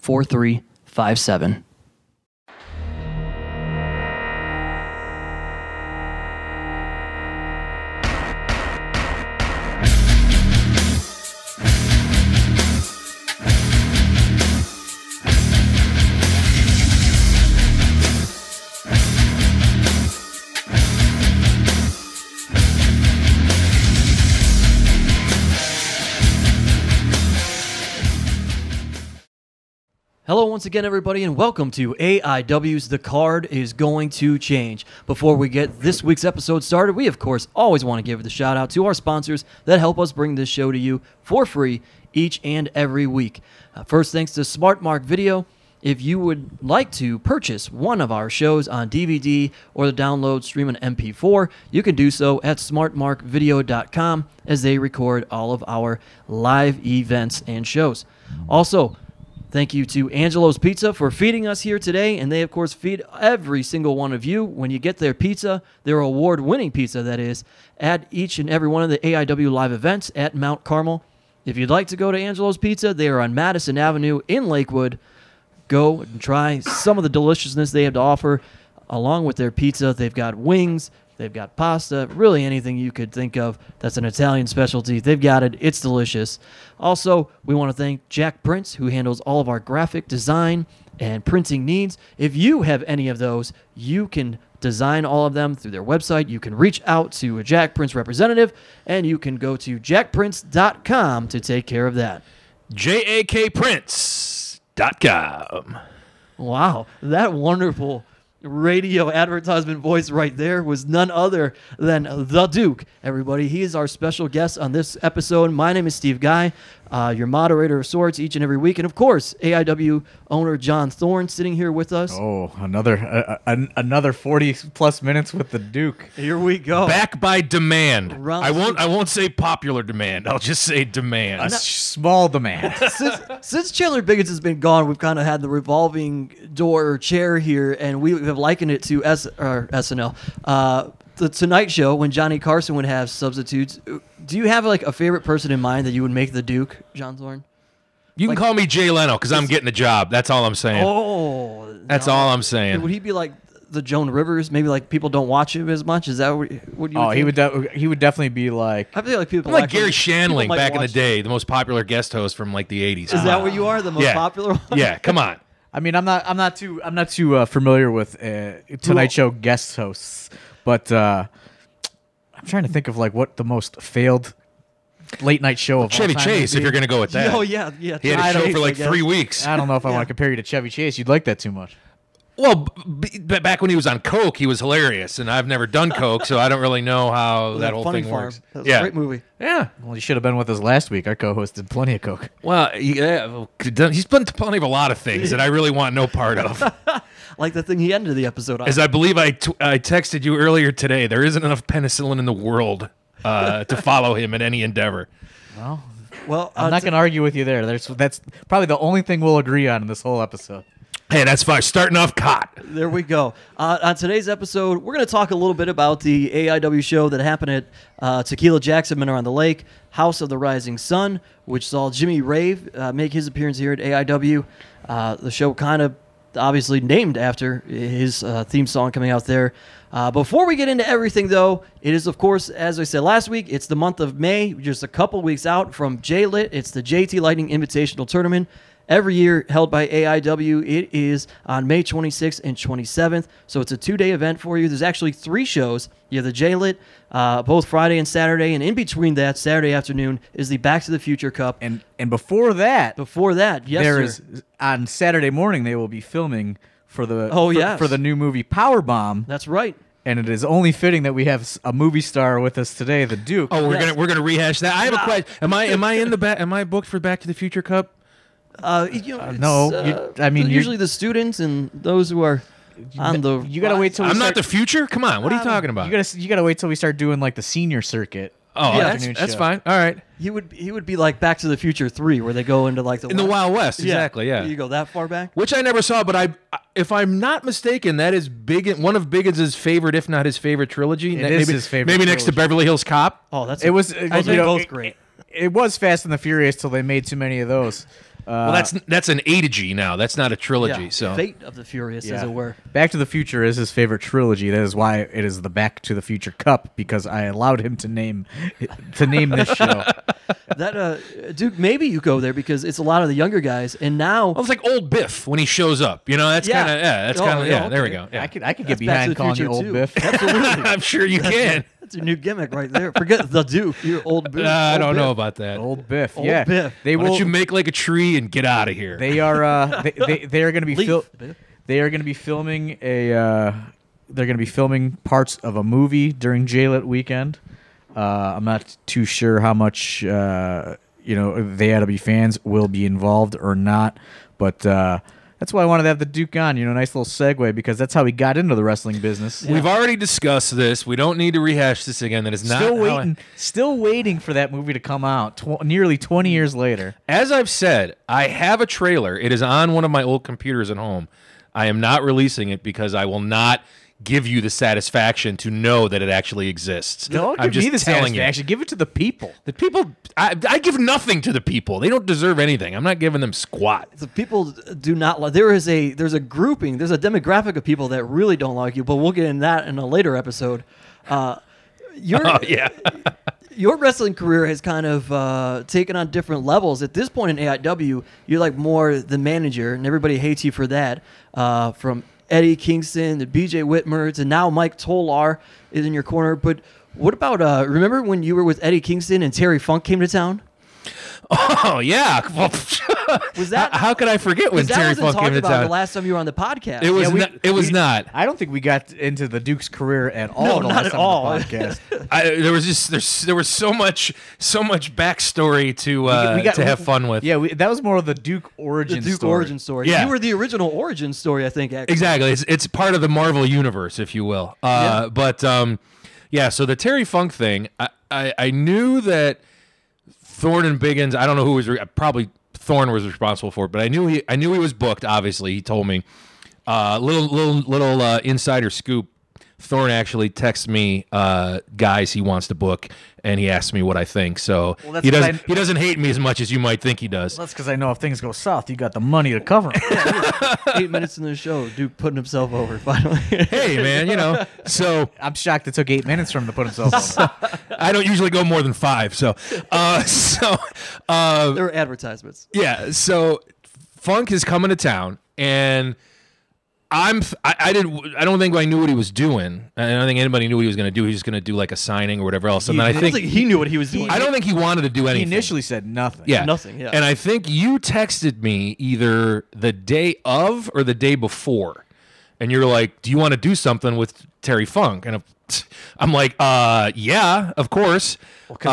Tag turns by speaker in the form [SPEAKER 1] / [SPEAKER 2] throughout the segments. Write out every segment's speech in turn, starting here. [SPEAKER 1] 4357. Hello, once again, everybody, and welcome to AIW's The Card is Going to Change. Before we get this week's episode started, we, of course, always want to give the shout out to our sponsors that help us bring this show to you for free each and every week. Uh, first, thanks to SmartMark Video. If you would like to purchase one of our shows on DVD or the download stream on MP4, you can do so at smartmarkvideo.com as they record all of our live events and shows. Also, Thank you to Angelo's Pizza for feeding us here today, and they, of course, feed every single one of you when you get their pizza, their award winning pizza, that is, at each and every one of the AIW live events at Mount Carmel. If you'd like to go to Angelo's Pizza, they are on Madison Avenue in Lakewood. Go and try some of the deliciousness they have to offer along with their pizza. They've got wings, they've got pasta, really anything you could think of that's an Italian specialty. They've got it. It's delicious. Also, we want to thank Jack Prince, who handles all of our graphic design and printing needs. If you have any of those, you can design all of them through their website. You can reach out to a Jack Prince representative, and you can go to jackprince.com to take care of that.
[SPEAKER 2] jakprince.com.
[SPEAKER 1] Wow, that wonderful radio advertisement voice right there was none other than the Duke. Everybody, he is our special guest on this episode. My name is Steve Guy, uh, your moderator of sorts each and every week, and of course, AIW owner John Thorne sitting here with us.
[SPEAKER 3] Oh, another uh, an, another forty plus minutes with the Duke.
[SPEAKER 1] Here we go.
[SPEAKER 2] Back by demand.
[SPEAKER 1] Round
[SPEAKER 2] I won't I won't say popular demand. I'll just say demand.
[SPEAKER 3] A small demand.
[SPEAKER 1] since, since Chandler Biggins has been gone, we've kind of had the revolving door or chair here, and we have likened it to S or SNL, uh, the Tonight Show when Johnny Carson would have substitutes. Do you have like a favorite person in mind that you would make the Duke, John Thorne?
[SPEAKER 2] you can
[SPEAKER 1] like-
[SPEAKER 2] call me Jay Leno because I'm getting a job. That's all I'm saying.
[SPEAKER 1] Oh,
[SPEAKER 2] That's all I'm saying.
[SPEAKER 1] Would he be like the Joan Rivers? Maybe like people don't watch him as much. Is that what what you?
[SPEAKER 3] Oh,
[SPEAKER 1] would
[SPEAKER 3] he
[SPEAKER 1] think?
[SPEAKER 3] would de- he would definitely be like
[SPEAKER 1] I feel like people
[SPEAKER 2] I'm like
[SPEAKER 1] actually-
[SPEAKER 2] Gary
[SPEAKER 1] people
[SPEAKER 2] Shanling
[SPEAKER 1] might
[SPEAKER 2] back in the
[SPEAKER 1] watch-
[SPEAKER 2] day, the most popular guest host from like the 80s.
[SPEAKER 1] Is that where you are? The most
[SPEAKER 2] yeah.
[SPEAKER 1] popular one?
[SPEAKER 2] yeah, come on.
[SPEAKER 3] I mean, I'm not I'm not too I'm not too uh, familiar with uh, Tonight Show guest hosts, but uh, I'm trying to think of like what the most failed late night show of
[SPEAKER 2] Chevy
[SPEAKER 3] all time would
[SPEAKER 2] Chase, if
[SPEAKER 3] be.
[SPEAKER 2] you're going to go with that.
[SPEAKER 1] Oh yeah, yeah.
[SPEAKER 2] He had
[SPEAKER 1] Chevy
[SPEAKER 2] a show
[SPEAKER 1] Chase,
[SPEAKER 2] for
[SPEAKER 1] I
[SPEAKER 2] like
[SPEAKER 1] guess.
[SPEAKER 2] three weeks.
[SPEAKER 3] I don't know if I
[SPEAKER 1] Yeah.
[SPEAKER 3] want to compare you to Chevy Chase. You'd like that too much.
[SPEAKER 2] Well, b- b- back when he was on Coke, he was hilarious, and I've never done Coke, so I don't really know how that whole
[SPEAKER 1] Funny
[SPEAKER 2] thing
[SPEAKER 1] Farm.
[SPEAKER 2] works.
[SPEAKER 1] That was
[SPEAKER 2] yeah,
[SPEAKER 1] a great movie.
[SPEAKER 2] yeah.
[SPEAKER 3] Well, you should have been with us last week. I co-hosted plenty of Coke.
[SPEAKER 2] Well, yeah, well, he's been to plenty of a lot of things that I really want no part of.
[SPEAKER 1] Like the thing he ended the episode on.
[SPEAKER 2] As I believe I, t- I texted you earlier today, there isn't enough penicillin in the world uh, to follow him in any endeavor.
[SPEAKER 3] Well,
[SPEAKER 1] well, uh,
[SPEAKER 3] I'm not going to argue with you there. There's that's probably the only thing we'll agree on in this whole episode.
[SPEAKER 2] Hey, that's fine. Starting off cot.
[SPEAKER 1] There we go. Uh, on today's episode, we're going to talk a little bit about the AIW show that happened at uh, Tequila Jackson Manor on the Lake, House of the Rising Sun, which saw Jimmy Rave uh, make his appearance here at AIW. Uh, the show kind of obviously named after his uh, theme song coming out there. Uh, before we get into everything, though, it is, of course, as I said last week, it's the month of May, just a couple weeks out from J Lit. It's the JT Lightning Invitational Tournament. every year held by AIW. It is on May 26th and 27th. So it's a two day event for you. There's actually three shows. You have the J Lit, uh, both Friday and Saturday. And in between that, Saturday afternoon, is the Back to the Future Cup.
[SPEAKER 3] And and before that,
[SPEAKER 1] Before that, yes,
[SPEAKER 3] there
[SPEAKER 1] sir.
[SPEAKER 3] is on Saturday morning they will be filming for the
[SPEAKER 1] Oh,
[SPEAKER 3] for,
[SPEAKER 1] yes.
[SPEAKER 3] for the new movie Powerbomb,
[SPEAKER 1] That's right.
[SPEAKER 3] and it is only fitting that we have s- a movie star with us today, the Duke.
[SPEAKER 2] Oh, we're
[SPEAKER 1] Yes.
[SPEAKER 2] gonna we're gonna rehash that. I have a question. Am I am I in the back? Am I booked for Back to the Future Cup?
[SPEAKER 1] Uh, you know, it's,
[SPEAKER 3] no,
[SPEAKER 1] uh,
[SPEAKER 3] you- I mean, you're-
[SPEAKER 1] usually the students and those who are on the.
[SPEAKER 3] you gotta wait till we
[SPEAKER 2] I'm
[SPEAKER 3] start,
[SPEAKER 2] not
[SPEAKER 3] Um,
[SPEAKER 2] the future. Come on, what are you talking about?
[SPEAKER 3] You gotta s- you gotta wait till we start doing like the senior circuit.
[SPEAKER 2] oh,
[SPEAKER 1] Yeah.
[SPEAKER 2] that's,
[SPEAKER 3] afternoon
[SPEAKER 2] that's
[SPEAKER 3] show.
[SPEAKER 2] fine. All right,
[SPEAKER 1] He would he would be like Back to the Future Three, where they go into like the
[SPEAKER 2] in the Wild West, exactly. Yeah,
[SPEAKER 1] you go that far back.
[SPEAKER 2] which I never saw, but I, if I'm not mistaken, that is big. one of Biggins' favorite, if not his favorite trilogy. Ne-
[SPEAKER 3] is
[SPEAKER 2] maybe,
[SPEAKER 3] his favorite
[SPEAKER 2] Maybe next to
[SPEAKER 3] trilogy.
[SPEAKER 2] Beverly Hills Cop.
[SPEAKER 1] Oh, that's
[SPEAKER 3] It was uh,
[SPEAKER 1] I think both great.
[SPEAKER 3] It, was Fast and the Furious till they made too many of those. Uh,
[SPEAKER 2] Well, Uh, that's that's an eighty now. That's not a trilogy.
[SPEAKER 1] Yeah,
[SPEAKER 2] so
[SPEAKER 1] Fate of the Furious, as it were.
[SPEAKER 3] Back to the Future is his favorite trilogy. That is why it is the Back to the Future Cup because I allowed him to name to name this show.
[SPEAKER 1] That uh, Duke, maybe you go there because it's a lot of the younger guys, and now
[SPEAKER 2] Well, it's like old Biff when he shows up. You know, that's
[SPEAKER 1] Yeah.
[SPEAKER 2] kind of yeah. That's
[SPEAKER 1] Oh,
[SPEAKER 2] kind of
[SPEAKER 1] yeah,
[SPEAKER 2] yeah. There we
[SPEAKER 1] okay.
[SPEAKER 2] go. Yeah.
[SPEAKER 3] I could I could get
[SPEAKER 1] Back to
[SPEAKER 3] behind
[SPEAKER 1] the
[SPEAKER 3] calling
[SPEAKER 1] Future
[SPEAKER 3] you old
[SPEAKER 1] 2.
[SPEAKER 3] Biff.
[SPEAKER 1] Absolutely,
[SPEAKER 2] I'm sure you can.
[SPEAKER 1] that's a new gimmick right there. Forget the Duke, you're old. Biff,
[SPEAKER 2] Uh, I
[SPEAKER 1] old
[SPEAKER 2] don't know
[SPEAKER 1] Biff.
[SPEAKER 2] about that.
[SPEAKER 3] old Biff.
[SPEAKER 1] Old
[SPEAKER 3] yeah,
[SPEAKER 1] Biff.
[SPEAKER 3] they
[SPEAKER 2] Why
[SPEAKER 3] will.
[SPEAKER 2] don't you make like a tree and get out of here?
[SPEAKER 3] they are uh, they, they they are going to be
[SPEAKER 1] Leaf,
[SPEAKER 3] fil-
[SPEAKER 1] Biff.
[SPEAKER 3] they are going to be filming a uh, they're going to be filming parts of a movie during J-Lit weekend. Uh, I'm not too sure how much uh, you know they ought to be fans will be involved or not, but uh, that's why I wanted to have the Duke on. You know, nice little segue because that's how he got into the wrestling business.
[SPEAKER 2] We've already discussed this. We don't need to rehash this again. That is not
[SPEAKER 3] Still
[SPEAKER 2] how I-
[SPEAKER 3] waiting, still waiting for that movie to come out. Tw- nearly 20 years later.
[SPEAKER 2] As I've said, I have a trailer. It is on one of my old computers at home. I am not releasing it because I will not give you the satisfaction to know that it actually exists.
[SPEAKER 3] Don't
[SPEAKER 2] I'm
[SPEAKER 3] give
[SPEAKER 2] just
[SPEAKER 3] me the
[SPEAKER 2] telling you.
[SPEAKER 3] satisfaction. Give it to the people.
[SPEAKER 2] The people, I, I give nothing to the people. They don't deserve anything. I'm not giving them squat.
[SPEAKER 1] The people do not like. There is a there's a grouping. There's a demographic of people that really don't like you. But we'll get in that in a later episode. Uh, you're,
[SPEAKER 2] Oh yeah,
[SPEAKER 1] your wrestling career has kind of uh, taken on different levels. At this point in AIW, you're like more the manager, and everybody hates you for that. Uh, from Eddie Kingston to BJ Whitmer to now Mike Tolar is in your corner. But what about uh, remember when you were with Eddie Kingston and Terry Funk came to town?
[SPEAKER 2] oh yeah. Well,
[SPEAKER 1] Was that-
[SPEAKER 2] how, how could I forget when
[SPEAKER 1] 'Cause that
[SPEAKER 2] Terry
[SPEAKER 1] wasn't
[SPEAKER 2] Funk came
[SPEAKER 1] talked
[SPEAKER 2] to
[SPEAKER 1] about
[SPEAKER 2] town?
[SPEAKER 1] the last time you were on the podcast.
[SPEAKER 2] it was
[SPEAKER 3] Yeah, we-
[SPEAKER 2] not, it was
[SPEAKER 3] we-
[SPEAKER 2] not.
[SPEAKER 3] I don't think we got into the Duke's career at all.
[SPEAKER 1] No,
[SPEAKER 3] the
[SPEAKER 1] not
[SPEAKER 3] last
[SPEAKER 1] at
[SPEAKER 3] time on
[SPEAKER 1] all.
[SPEAKER 3] the podcast.
[SPEAKER 2] I, there was just there's there was so much so much backstory to uh, to have fun with.
[SPEAKER 3] Yeah, we, that was more of the Duke
[SPEAKER 1] the
[SPEAKER 3] origin.
[SPEAKER 1] Duke
[SPEAKER 3] story.
[SPEAKER 1] origin story.
[SPEAKER 2] Yeah.
[SPEAKER 1] You were the original origin story, I think. Actually.
[SPEAKER 2] Exactly. It's it's part of the Marvel universe, if you will. Uh,
[SPEAKER 1] Yeah.
[SPEAKER 2] But um, yeah. So the Terry Funk thing, I, I I knew that Thorne and Biggins. I don't know who was re- probably Thorne was responsible for it, but I knew he I knew he was booked. Obviously, he told me. Uh, little little little uh, insider scoop. Thorne actually texts me uh, guys he wants to book, and he asks me what I think. So
[SPEAKER 3] that's
[SPEAKER 2] he
[SPEAKER 3] what
[SPEAKER 2] doesn't
[SPEAKER 3] I-
[SPEAKER 2] he doesn't hate me as much as you might think he does.
[SPEAKER 3] That's because I know if things go south, you got the money to cover 'em.
[SPEAKER 1] Eight minutes in the show, Duke putting himself over finally.
[SPEAKER 2] Hey man, you know. So
[SPEAKER 3] I'm shocked it took eight minutes for him to put himself on.
[SPEAKER 2] I don't usually go more than five. So, uh, so, uh,
[SPEAKER 1] there were advertisements.
[SPEAKER 2] yeah. So, Funk is coming to town, and I'm. I, I did. I don't think I knew what he was doing. I don't think anybody knew what he was going to do. He was just going to do like a signing or whatever else. And then I
[SPEAKER 1] I don't
[SPEAKER 2] think
[SPEAKER 1] think he knew what he was doing.
[SPEAKER 2] I don't think he wanted to do
[SPEAKER 3] He
[SPEAKER 2] anything.
[SPEAKER 3] initially said nothing.
[SPEAKER 2] yeah,
[SPEAKER 1] nothing, yeah.
[SPEAKER 2] And I think you texted me either the day of or the day before, and you're like, "Do you want to do something with Terry Funk?" And I'm- I'm like, "Uh, yeah, of course."
[SPEAKER 3] 'Cause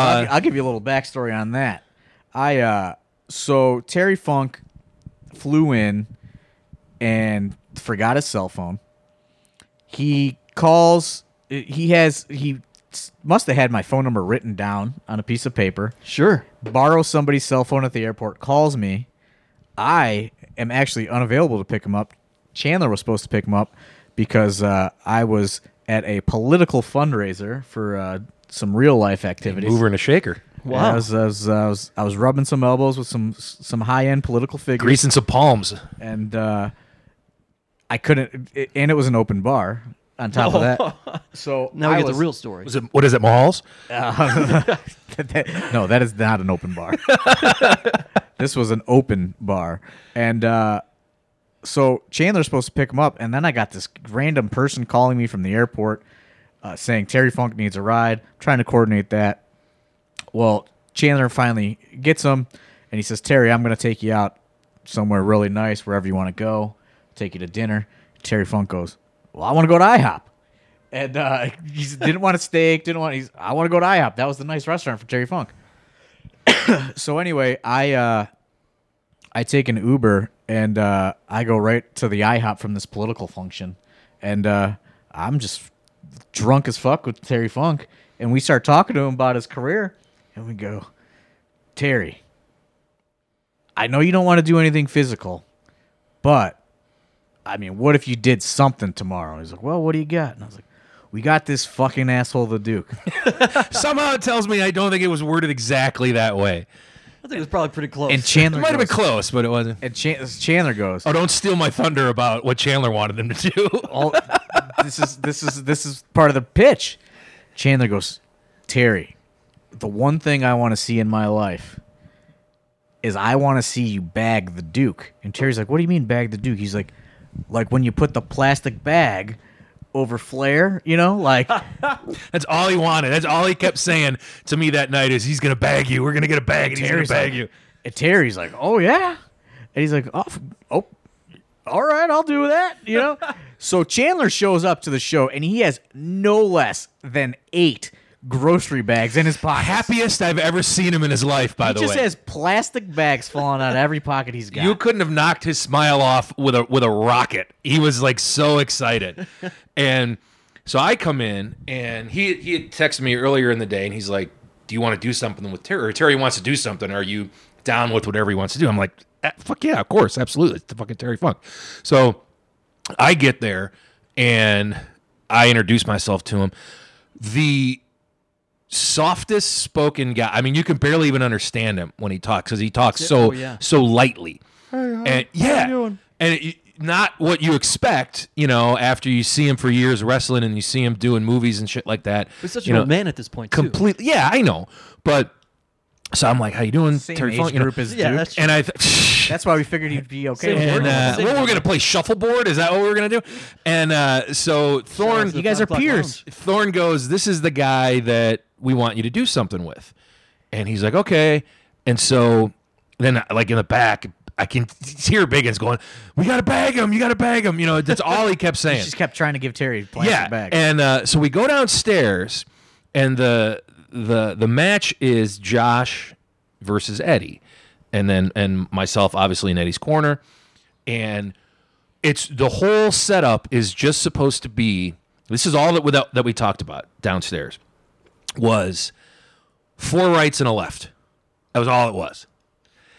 [SPEAKER 2] Uh,
[SPEAKER 3] I'll, I'll give you a little backstory on that. I uh, so Terry Funk flew in and forgot his cell phone. He calls. He has. He must have had my phone number written down on a piece of paper.
[SPEAKER 1] Sure.
[SPEAKER 3] borrow somebody's cell phone at the airport, calls me. I am actually unavailable to pick him up. Chandler was supposed to pick him up because uh, I was at a political fundraiser for uh, some real life activities.
[SPEAKER 2] mover and a shaker.
[SPEAKER 3] And I was, I was, I was, I was rubbing some elbows with some some high end political figures,
[SPEAKER 2] Greasing some palms.
[SPEAKER 3] and uh, I couldn't. It, and it was an open bar. On top of that, so
[SPEAKER 1] Now we
[SPEAKER 3] I
[SPEAKER 1] get
[SPEAKER 3] was-
[SPEAKER 1] the real story.
[SPEAKER 2] Was it what is it, Mahal's?
[SPEAKER 3] no, that is not an open bar. this was an open bar, and uh, so Chandler's supposed to pick him up, and then I got this random person calling me from the airport, uh, saying Terry Funk needs a ride. I'm trying to coordinate that. Well, Chandler finally gets him, and he says, "Terry, I'm gonna take you out somewhere really nice, wherever you want to go. Take you to dinner." Terry Funk goes, "Well, I want to go to IHOP." And uh, he didn't want a steak. Didn't want. He's. I want to go to IHOP. That was the nice restaurant for Terry Funk. so anyway, I uh, I take an Uber and uh, I go right to the IHOP from this political function, and uh, I'm just drunk as fuck with Terry Funk, and we start talking to him about his career, and we go, Terry, I know you don't want to do anything physical, but I mean, what if you did something tomorrow? He's like, Well, what do you got? And I was like, We got this fucking asshole, the Duke.
[SPEAKER 2] Oh, Somehow it tells me I don't think it was worded exactly that way.
[SPEAKER 1] I think it was probably pretty close.
[SPEAKER 3] And
[SPEAKER 2] It
[SPEAKER 3] Chandler
[SPEAKER 2] might have been
[SPEAKER 3] goes,
[SPEAKER 2] close, but it wasn't.
[SPEAKER 3] and Chan- Chandler goes,
[SPEAKER 2] Oh, don't steal my thunder about what Chandler wanted them to do.
[SPEAKER 3] all this is this is this is part of the pitch. Chandler goes, Terry, the one thing I want to see in my life is I want to see you bag the Duke. And Terry's like, What do you mean bag the Duke? He's like, like when you put the plastic bag over Flair, you know, like
[SPEAKER 2] That's all he wanted. That's all he kept saying to me that night is he's gonna bag you. We're gonna get a bag and he's gonna
[SPEAKER 3] Terry's
[SPEAKER 2] bag
[SPEAKER 3] like,
[SPEAKER 2] you.
[SPEAKER 3] And Terry's like, oh yeah, and he's like, oh, f- oh, all right, I'll do that. You know. so Chandler shows up to the show, and he has no less than eight grocery bags in his pocket.
[SPEAKER 2] Happiest I've ever seen him in his life, by
[SPEAKER 3] He
[SPEAKER 2] the
[SPEAKER 3] just
[SPEAKER 2] way.
[SPEAKER 3] has plastic bags falling out of every pocket he's got.
[SPEAKER 2] You couldn't have knocked his smile off with a with a rocket. He was like so excited, and so I come in and he he had texted me earlier in the day and he's like, "Do you want to do something with Terry? Or Terry wants to do something. Are you down with whatever he wants to do?" I'm like, "Eh, "Fuck yeah, of course, absolutely. It's the fucking Terry Funk." So I get there and I introduce myself to him. The softest spoken guy. I mean, you can barely even understand him when he talks because he talks
[SPEAKER 1] Oh,
[SPEAKER 2] so
[SPEAKER 1] yeah.
[SPEAKER 2] so lightly. and yeah, and it, not what you expect. You know, after you see him for years wrestling and you see him doing movies and shit like that.
[SPEAKER 1] He's such
[SPEAKER 2] you
[SPEAKER 1] an
[SPEAKER 2] know,
[SPEAKER 1] old man at this point, too.
[SPEAKER 2] Completely. Yeah, I know, but. So I'm like, how you doing,
[SPEAKER 3] Same
[SPEAKER 2] Terry
[SPEAKER 3] age
[SPEAKER 2] Funk? You know,
[SPEAKER 3] group as
[SPEAKER 1] Yeah,
[SPEAKER 3] Duke.
[SPEAKER 1] that's true.
[SPEAKER 2] and I, th-
[SPEAKER 3] That's why we figured he'd be
[SPEAKER 1] Same
[SPEAKER 3] okay. with
[SPEAKER 1] word.
[SPEAKER 2] and
[SPEAKER 3] it.
[SPEAKER 2] uh,
[SPEAKER 1] Same
[SPEAKER 2] what we're
[SPEAKER 1] word.
[SPEAKER 2] gonna play shuffleboard? Is that what we're gonna do? And uh, so Thorn,
[SPEAKER 1] to the
[SPEAKER 2] you guys
[SPEAKER 1] Five
[SPEAKER 2] are
[SPEAKER 1] O'Clock
[SPEAKER 2] peers. Thorn goes, "This is the guy that we want you to do something with," and he's like, "Okay." And so then, like in the back, I can hear Biggins going, "We gotta bag him. You gotta bag him." You know, that's all he kept saying
[SPEAKER 3] He just kept trying to give Terry plastic
[SPEAKER 2] yeah,
[SPEAKER 3] bags.
[SPEAKER 2] and uh, so we go downstairs, and the the the match is Josh versus Eddie, and then and myself obviously in Eddie's corner, and it's the whole setup is just supposed to be. This is all that without that we talked about downstairs was four rights and a left. That was all it was.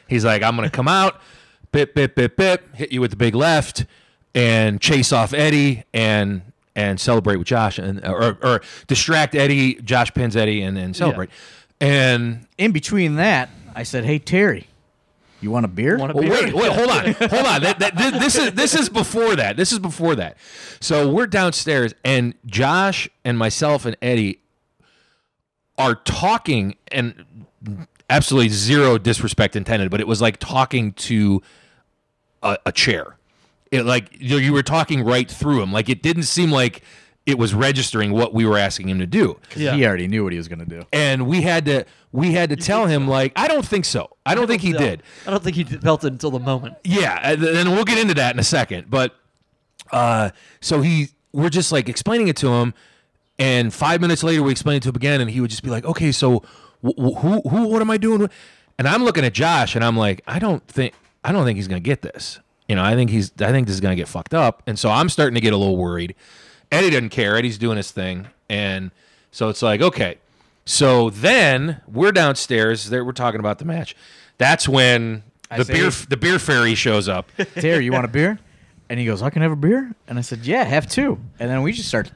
[SPEAKER 2] He's like, I'm gonna come out, bip, bip, bip, bip, hit you with the big left, and chase off Eddie and and celebrate with Josh and or, or distract Eddie, Josh pins Eddie and then celebrate. And
[SPEAKER 3] in between that, I said, "Hey Terry, you want a beer?"
[SPEAKER 1] Want a
[SPEAKER 2] well,
[SPEAKER 1] beer?
[SPEAKER 2] wait, wait, hold on, hold on. That, that, this, this is this is before that. This is before that. So we're downstairs, and Josh and myself and Eddie are talking, and absolutely zero disrespect intended, but it was like talking to a, a chair. It like you, know, you were talking right through him. Like it didn't seem like it was registering what we were asking him to do
[SPEAKER 1] Yeah.
[SPEAKER 3] He already knew what he was going to do.
[SPEAKER 2] and we had to we had to tell him like i don't think so i don't think he
[SPEAKER 1] No,
[SPEAKER 2] did
[SPEAKER 1] I don't think he did- felt it until the moment.
[SPEAKER 2] yeah and th- and we'll get into that in a second but uh so he we're just like explaining it to him and five minutes later we explain it to him again and he would just be like okay so wh- wh- who who what am i doing and i'm looking at josh and i'm like i don't think i don't think he's gonna get this you know i think he's i think this is gonna get fucked up and so i'm starting to get a little worried eddie doesn't care eddie's doing his thing and so it's like okay so then we're downstairs there we're talking about the match that's when the
[SPEAKER 3] say-
[SPEAKER 2] beer the beer fairy shows up
[SPEAKER 3] Terry, you want a beer? And he goes, I can have a beer? And I said, Yeah, have two. And then we just start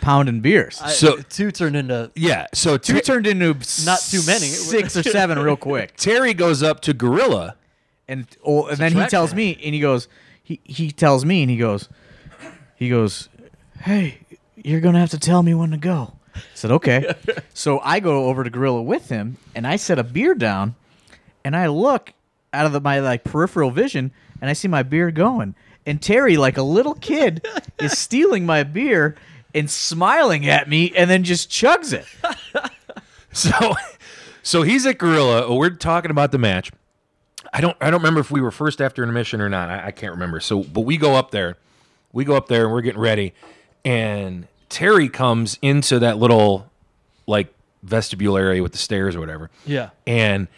[SPEAKER 3] pounding beers.
[SPEAKER 1] I-
[SPEAKER 2] So-
[SPEAKER 1] two turned into
[SPEAKER 2] yeah so
[SPEAKER 3] two turned into
[SPEAKER 1] Not too many.
[SPEAKER 3] six or seven real quick.
[SPEAKER 2] Terry goes up to Gorilla.
[SPEAKER 3] And oh, and then he
[SPEAKER 1] Subtract
[SPEAKER 3] tells
[SPEAKER 1] that.
[SPEAKER 3] me, and he goes, he he tells me, and he goes, he goes, hey, you're gonna have to tell me when to go. I said okay. so I go over to Gorilla with him, and I set a beer down, and I look, out of the, my like peripheral vision, and I see my beer going. And Terry, like a little kid, is stealing my beer and smiling at me, and then just chugs it.
[SPEAKER 2] So, so he's at Gorilla. We're talking about the match. I don't. I don't remember if we were first after intermission or not. I, I can't remember. So, but we go up there. We go up there and we're getting ready. And Terry comes into that little like vestibule area with the stairs or whatever.
[SPEAKER 1] Yeah.
[SPEAKER 2] And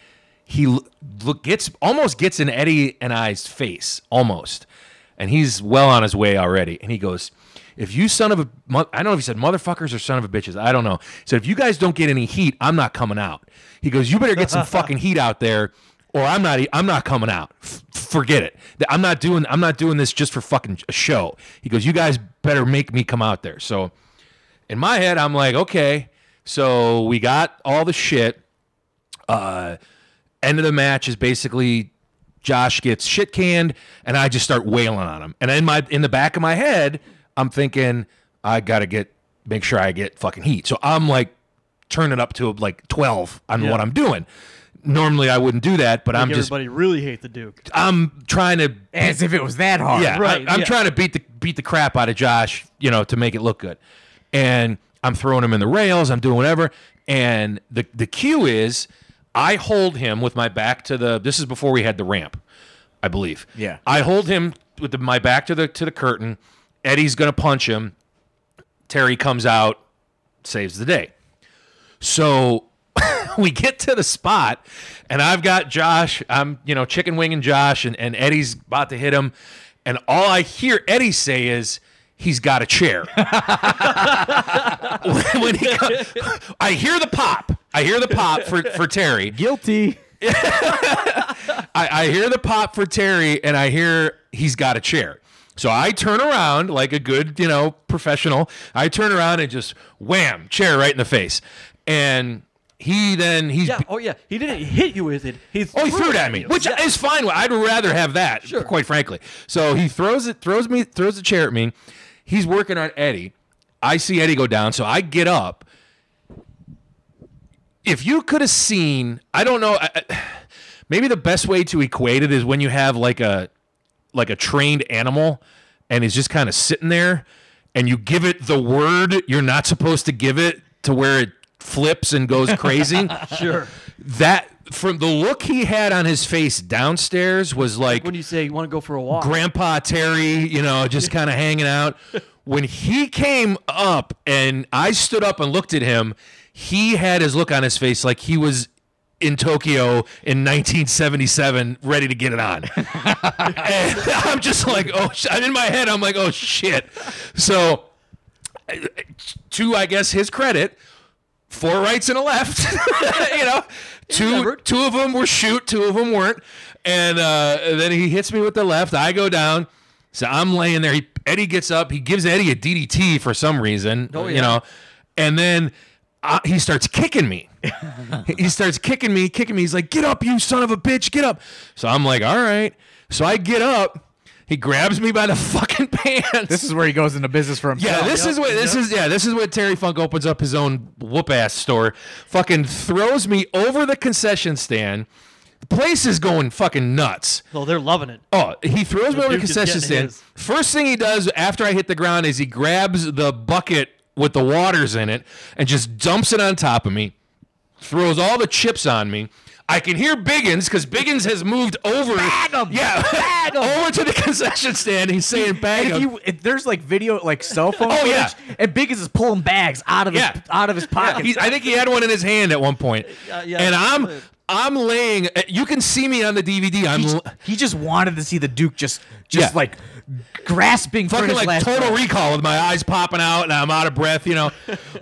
[SPEAKER 2] he l- look gets almost gets in Eddie and I's face almost, and he's well on his way already. And he goes. If you son of a, mo- I don't know if he said motherfuckers or son of a bitches. I don't know. He said if you guys don't get any heat, I'm not coming out. He goes, you better get some fucking heat out there, or I'm not. e, I'm not coming out. F- forget it. Th- I'm not doing. I'm not doing this just for fucking a show. He goes, you guys better make me come out there. So in my head, I'm like, okay, so we got all the shit. Uh, end of the match is basically Josh gets shit canned, and I just start wailing on him. And in my in the back of my head, I'm thinking I gotta get make sure I get fucking heat. So I'm like turn it up to like 12 on what I'm doing. Normally I wouldn't do that, but I'm
[SPEAKER 1] Make
[SPEAKER 2] just
[SPEAKER 1] everybody really hate the Duke.
[SPEAKER 2] I'm trying to
[SPEAKER 3] As if it was that hard.
[SPEAKER 2] yeah,
[SPEAKER 1] Right,
[SPEAKER 2] I, am
[SPEAKER 1] yeah.
[SPEAKER 2] trying to beat the beat the crap out of Josh, you know, to make it look good. And I'm throwing him in the rails. I'm doing whatever. And the the cue is, I hold him with my back to the. This is before we had the ramp, I believe.
[SPEAKER 3] Yeah.
[SPEAKER 2] I hold him with the, my back to the to the curtain. Eddie's gonna punch him. Terry comes out, saves the day. So we get to the spot, and I've got Josh. I'm, you know, chicken winging Josh, and, and Eddie's about to hit him. And all I hear Eddie say is, he's got a chair. when, when he co- I hear the pop. I hear the pop for, for Terry.
[SPEAKER 3] Guilty.
[SPEAKER 2] I, I hear the pop for Terry, and I hear he's got a chair. So I turn around like a good, you know, professional. I turn around and just wham, chair right in the face. And he then he's
[SPEAKER 1] Yeah. Oh yeah. He didn't hit you with it. He threw
[SPEAKER 2] Oh, he threw it at
[SPEAKER 1] you.
[SPEAKER 2] me, which
[SPEAKER 1] Yeah.
[SPEAKER 2] is fine. I'd rather have that,
[SPEAKER 1] Sure.
[SPEAKER 2] quite frankly. So he throws it, throws me, throws the chair at me. He's working on Eddie. I see Eddie go down, so I get up. If you could have seen, I don't know. I, I- maybe the best way to equate it is when you have like a like a trained animal and is just kind of sitting there and you give it the word you're not supposed to give it to where it flips and goes crazy
[SPEAKER 1] sure.
[SPEAKER 2] that from the look he had on his face downstairs was like
[SPEAKER 1] When you say you want to go for a walk,
[SPEAKER 2] grandpa terry you know just kind of hanging out when he came up and i stood up and looked at him he had his look on his face like he was in tokyo in 1977 ready to get it on and i'm just like oh sh- in my head i'm like oh shit so to i guess his credit four rights and a left. you know, two
[SPEAKER 1] remembered.
[SPEAKER 2] two of them were shoot, two of them weren't. And uh, then he hits me with the left. I go down. So I'm laying there. He, Eddie gets up. He gives Eddie a DDT for some reason.
[SPEAKER 1] Oh, yeah.
[SPEAKER 2] You know, and then uh, he starts kicking me. he starts kicking me, kicking me. He's like, "Get up, you son of a bitch! Get up!" So I'm like, "All right." So I get up. He grabs me by the fucking pants.
[SPEAKER 3] This is where he goes into business for himself.
[SPEAKER 2] Yeah, this
[SPEAKER 1] Yep,
[SPEAKER 2] is what this
[SPEAKER 1] yep.
[SPEAKER 2] is. Yeah, this is what Terry Funk opens up his own whoop ass store. Fucking throws me over the concession stand. The place is going fucking nuts.
[SPEAKER 1] well, they're loving it.
[SPEAKER 2] Oh, he throws me over the
[SPEAKER 1] Duke is
[SPEAKER 2] concession
[SPEAKER 1] getting
[SPEAKER 2] stand.
[SPEAKER 1] his.
[SPEAKER 2] First thing he does after I hit the ground is he grabs the bucket with the waters in it and just dumps it on top of me. Throws all the chips on me. I can hear Biggins because Biggins has moved over.
[SPEAKER 3] Bag 'em!
[SPEAKER 2] Yeah,
[SPEAKER 3] Bag 'em!
[SPEAKER 2] over to the concession stand. He's saying bag
[SPEAKER 3] And if
[SPEAKER 2] 'em.
[SPEAKER 3] you, if there's like video, like cell phone.
[SPEAKER 2] Oh, yeah.
[SPEAKER 3] footage, and Biggins is pulling bags out of
[SPEAKER 2] Yeah.
[SPEAKER 3] his out of his pocket.
[SPEAKER 2] He's- I think he had one in his hand at one point.
[SPEAKER 1] Yeah, yeah.
[SPEAKER 2] and I'm I'm laying. uh, You can see me on the DVD. I'm
[SPEAKER 3] He-
[SPEAKER 2] l-
[SPEAKER 3] he just wanted to see the Duke just just
[SPEAKER 2] Yeah.
[SPEAKER 3] like grasping for
[SPEAKER 2] fucking
[SPEAKER 3] his
[SPEAKER 2] like
[SPEAKER 3] last
[SPEAKER 2] Total
[SPEAKER 3] breath.
[SPEAKER 2] Recall with my eyes popping out and I'm out of breath, you know.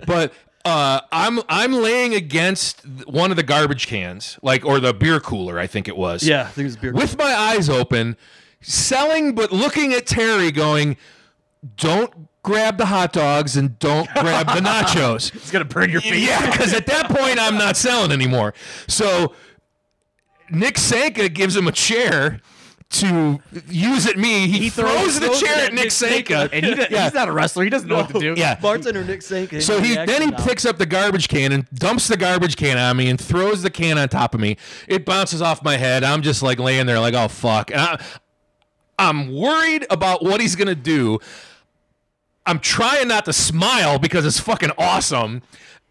[SPEAKER 2] but uh, I'm I'm laying against one of the garbage cans, like or the beer cooler, I think it was.
[SPEAKER 1] Yeah, I think it was beer.
[SPEAKER 2] With my eyes open, selling but looking at Terry, going, "Don't grab the hot dogs and don't grab the nachos."
[SPEAKER 3] It's gonna burn your face.
[SPEAKER 2] Yeah, because at that point I'm not selling anymore. So Nick Sanka gives him a chair. to use at me, he, throws, the
[SPEAKER 3] throws
[SPEAKER 2] chair
[SPEAKER 3] it
[SPEAKER 2] at Nick Sanka.
[SPEAKER 3] and he, he's not a wrestler. He doesn't know what to do.
[SPEAKER 2] Yeah.
[SPEAKER 1] Bartender Nick Sankin.
[SPEAKER 2] So he then he
[SPEAKER 1] reaction
[SPEAKER 2] picks up the garbage can and dumps the garbage can on me and throws the can on top of me. It bounces off my head. I'm just like laying there, like oh fuck. And I, I'm worried about what he's gonna do. I'm trying not to smile because it's fucking awesome,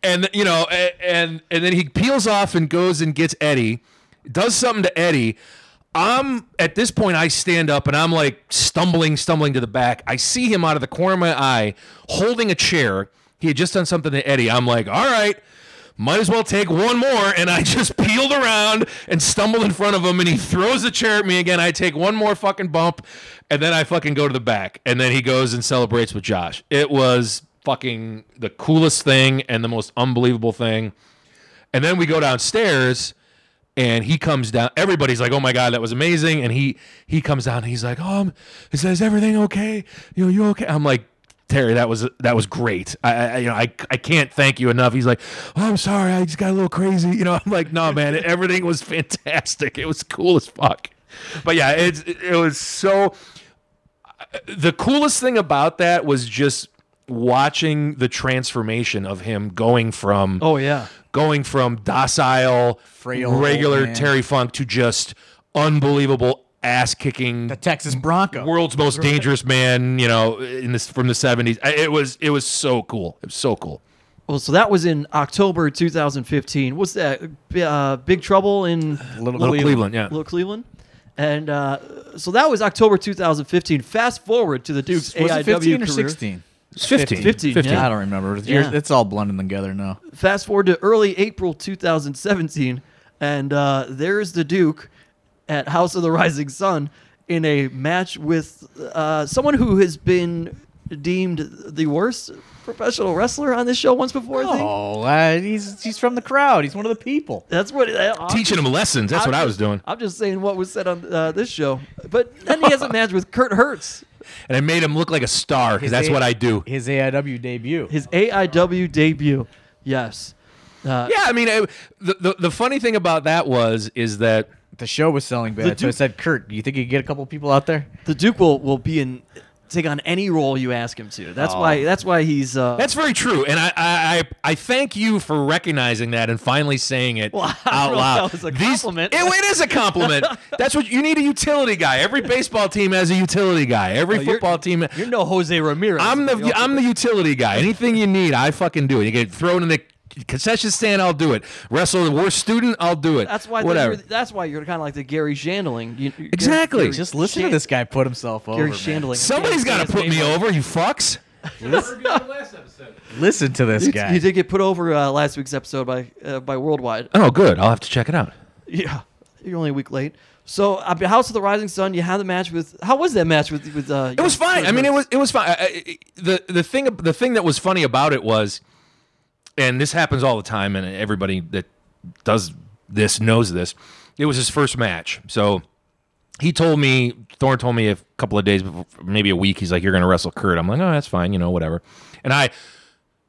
[SPEAKER 2] and you know, a- and and then he peels off and goes and gets Eddie, does something to Eddie. I'm at this point. I stand up and I'm like stumbling, stumbling to the back. I see him out of the corner of my eye holding a chair. He had just done something to Eddie. I'm like, all right, might as well take one more. And I just peeled around and stumbled in front of him, and he throws the chair at me again. I take one more fucking bump, and then I fucking go to the back. And then he goes and celebrates with Josh. It was fucking the coolest thing and the most unbelievable thing. And then we go downstairs and he comes down. Everybody's like, "Oh my god, that was amazing!" And he he comes down and he's like, "Um, he says everything okay? You know, you okay?" I'm like, "Terry, that was that was great. I, I I- you know I I can't thank you enough." He's like, "Oh, I'm sorry, I just got a little crazy." You know, I'm like, "No, man, everything was fantastic. It was cool as fuck." But yeah, it's it was so the coolest thing about that was just watching the transformation of him going from
[SPEAKER 1] Oh yeah.
[SPEAKER 2] going from docile,
[SPEAKER 3] Frail old
[SPEAKER 2] regular
[SPEAKER 3] man.
[SPEAKER 2] Terry Funk to just unbelievable ass kicking,
[SPEAKER 3] The Texas Bronco.
[SPEAKER 2] world's most dangerous man. You know, in this from the seventies, it was it was so cool. It was so cool.
[SPEAKER 1] Well, so that was in October 2015. What's that? B- Uh, Big Trouble in
[SPEAKER 3] Little,
[SPEAKER 2] Little Cleveland, yeah.
[SPEAKER 1] Little Cleveland. And uh, so that was October 2015. Fast forward to the Duke's
[SPEAKER 3] Was
[SPEAKER 1] AIW
[SPEAKER 3] it 15 or
[SPEAKER 1] career.
[SPEAKER 3] 16?
[SPEAKER 2] It's 15.
[SPEAKER 1] 15, yeah.
[SPEAKER 3] I don't remember. It's,
[SPEAKER 1] Yeah.
[SPEAKER 3] it's all blending together now.
[SPEAKER 1] Fast forward to early April 2017, and uh, there's the Duke at House of the Rising Sun in a match with uh, someone who has been deemed the worst professional wrestler on this show once before. I think
[SPEAKER 3] Oh, uh, he's he's from the crowd. He's one of the people.
[SPEAKER 1] that's what uh, I-
[SPEAKER 2] Teaching him lessons. That's
[SPEAKER 1] I'm
[SPEAKER 2] what I
[SPEAKER 1] just-
[SPEAKER 2] was doing.
[SPEAKER 1] I'm just saying what was said on uh, this show. But then he has a match with Kurt Hertz,
[SPEAKER 2] And I made him look like a star because
[SPEAKER 3] His
[SPEAKER 2] that's
[SPEAKER 3] A-
[SPEAKER 2] what I do.
[SPEAKER 3] His AIW debut.
[SPEAKER 1] his AIW debut. Yes. Uh,
[SPEAKER 2] Yeah, I mean, I, the, the the funny thing about that was is that
[SPEAKER 3] the show was selling bad, so I
[SPEAKER 1] Duke-
[SPEAKER 3] said, "Kurt, do you think you could get a couple people out there?"
[SPEAKER 1] The Duke will, will be in take on any role you ask him to.
[SPEAKER 3] Oh.
[SPEAKER 1] That's why that's why he's uh,
[SPEAKER 2] That's very true, and I, I I I thank you for recognizing that and finally saying it
[SPEAKER 1] Well, I
[SPEAKER 2] out
[SPEAKER 1] don't know if
[SPEAKER 2] loud.
[SPEAKER 1] that was a
[SPEAKER 2] These-
[SPEAKER 1] compliment.
[SPEAKER 2] it- it is a compliment. That's what you need a utility guy. Every baseball team has a utility guy. Every
[SPEAKER 1] Oh, you're-
[SPEAKER 2] football team.
[SPEAKER 1] You're no Jose Ramirez.
[SPEAKER 2] I'm the I'm the utility guy. Anything you need, I fucking do it. You get thrown in the concession stand, I'll do it. Wrestle the worst student, I'll do it.
[SPEAKER 1] That's why
[SPEAKER 2] whatever.
[SPEAKER 1] You're, that's why you're kind of like the Gary Shandling. You- you-
[SPEAKER 2] Exactly.
[SPEAKER 1] Gary-
[SPEAKER 3] Just listen
[SPEAKER 1] Shan-
[SPEAKER 3] to this guy put himself over.
[SPEAKER 1] Gary
[SPEAKER 3] man.
[SPEAKER 1] Shandling.
[SPEAKER 2] Somebody's got to put me over. You fucks.
[SPEAKER 3] Listen to this guy.
[SPEAKER 1] You did get put over uh, last week's episode by uh, by Worldwide.
[SPEAKER 2] Oh, good. I'll have to check it out.
[SPEAKER 1] Yeah, you're only a week late. So, uh, House of the Rising Sun. You had the match with. How was that match with with? Uh,
[SPEAKER 2] It was fine. I mean, it was it was fine. I, I, the the thing the thing that was funny about it was, and this happens all the time, and everybody that does this knows this. It was his first match, so he told me Thorne told me a couple of days before, maybe a week. He's like, "You're going to wrestle Kurt." I'm like, "Oh, that's fine. You know, whatever." And I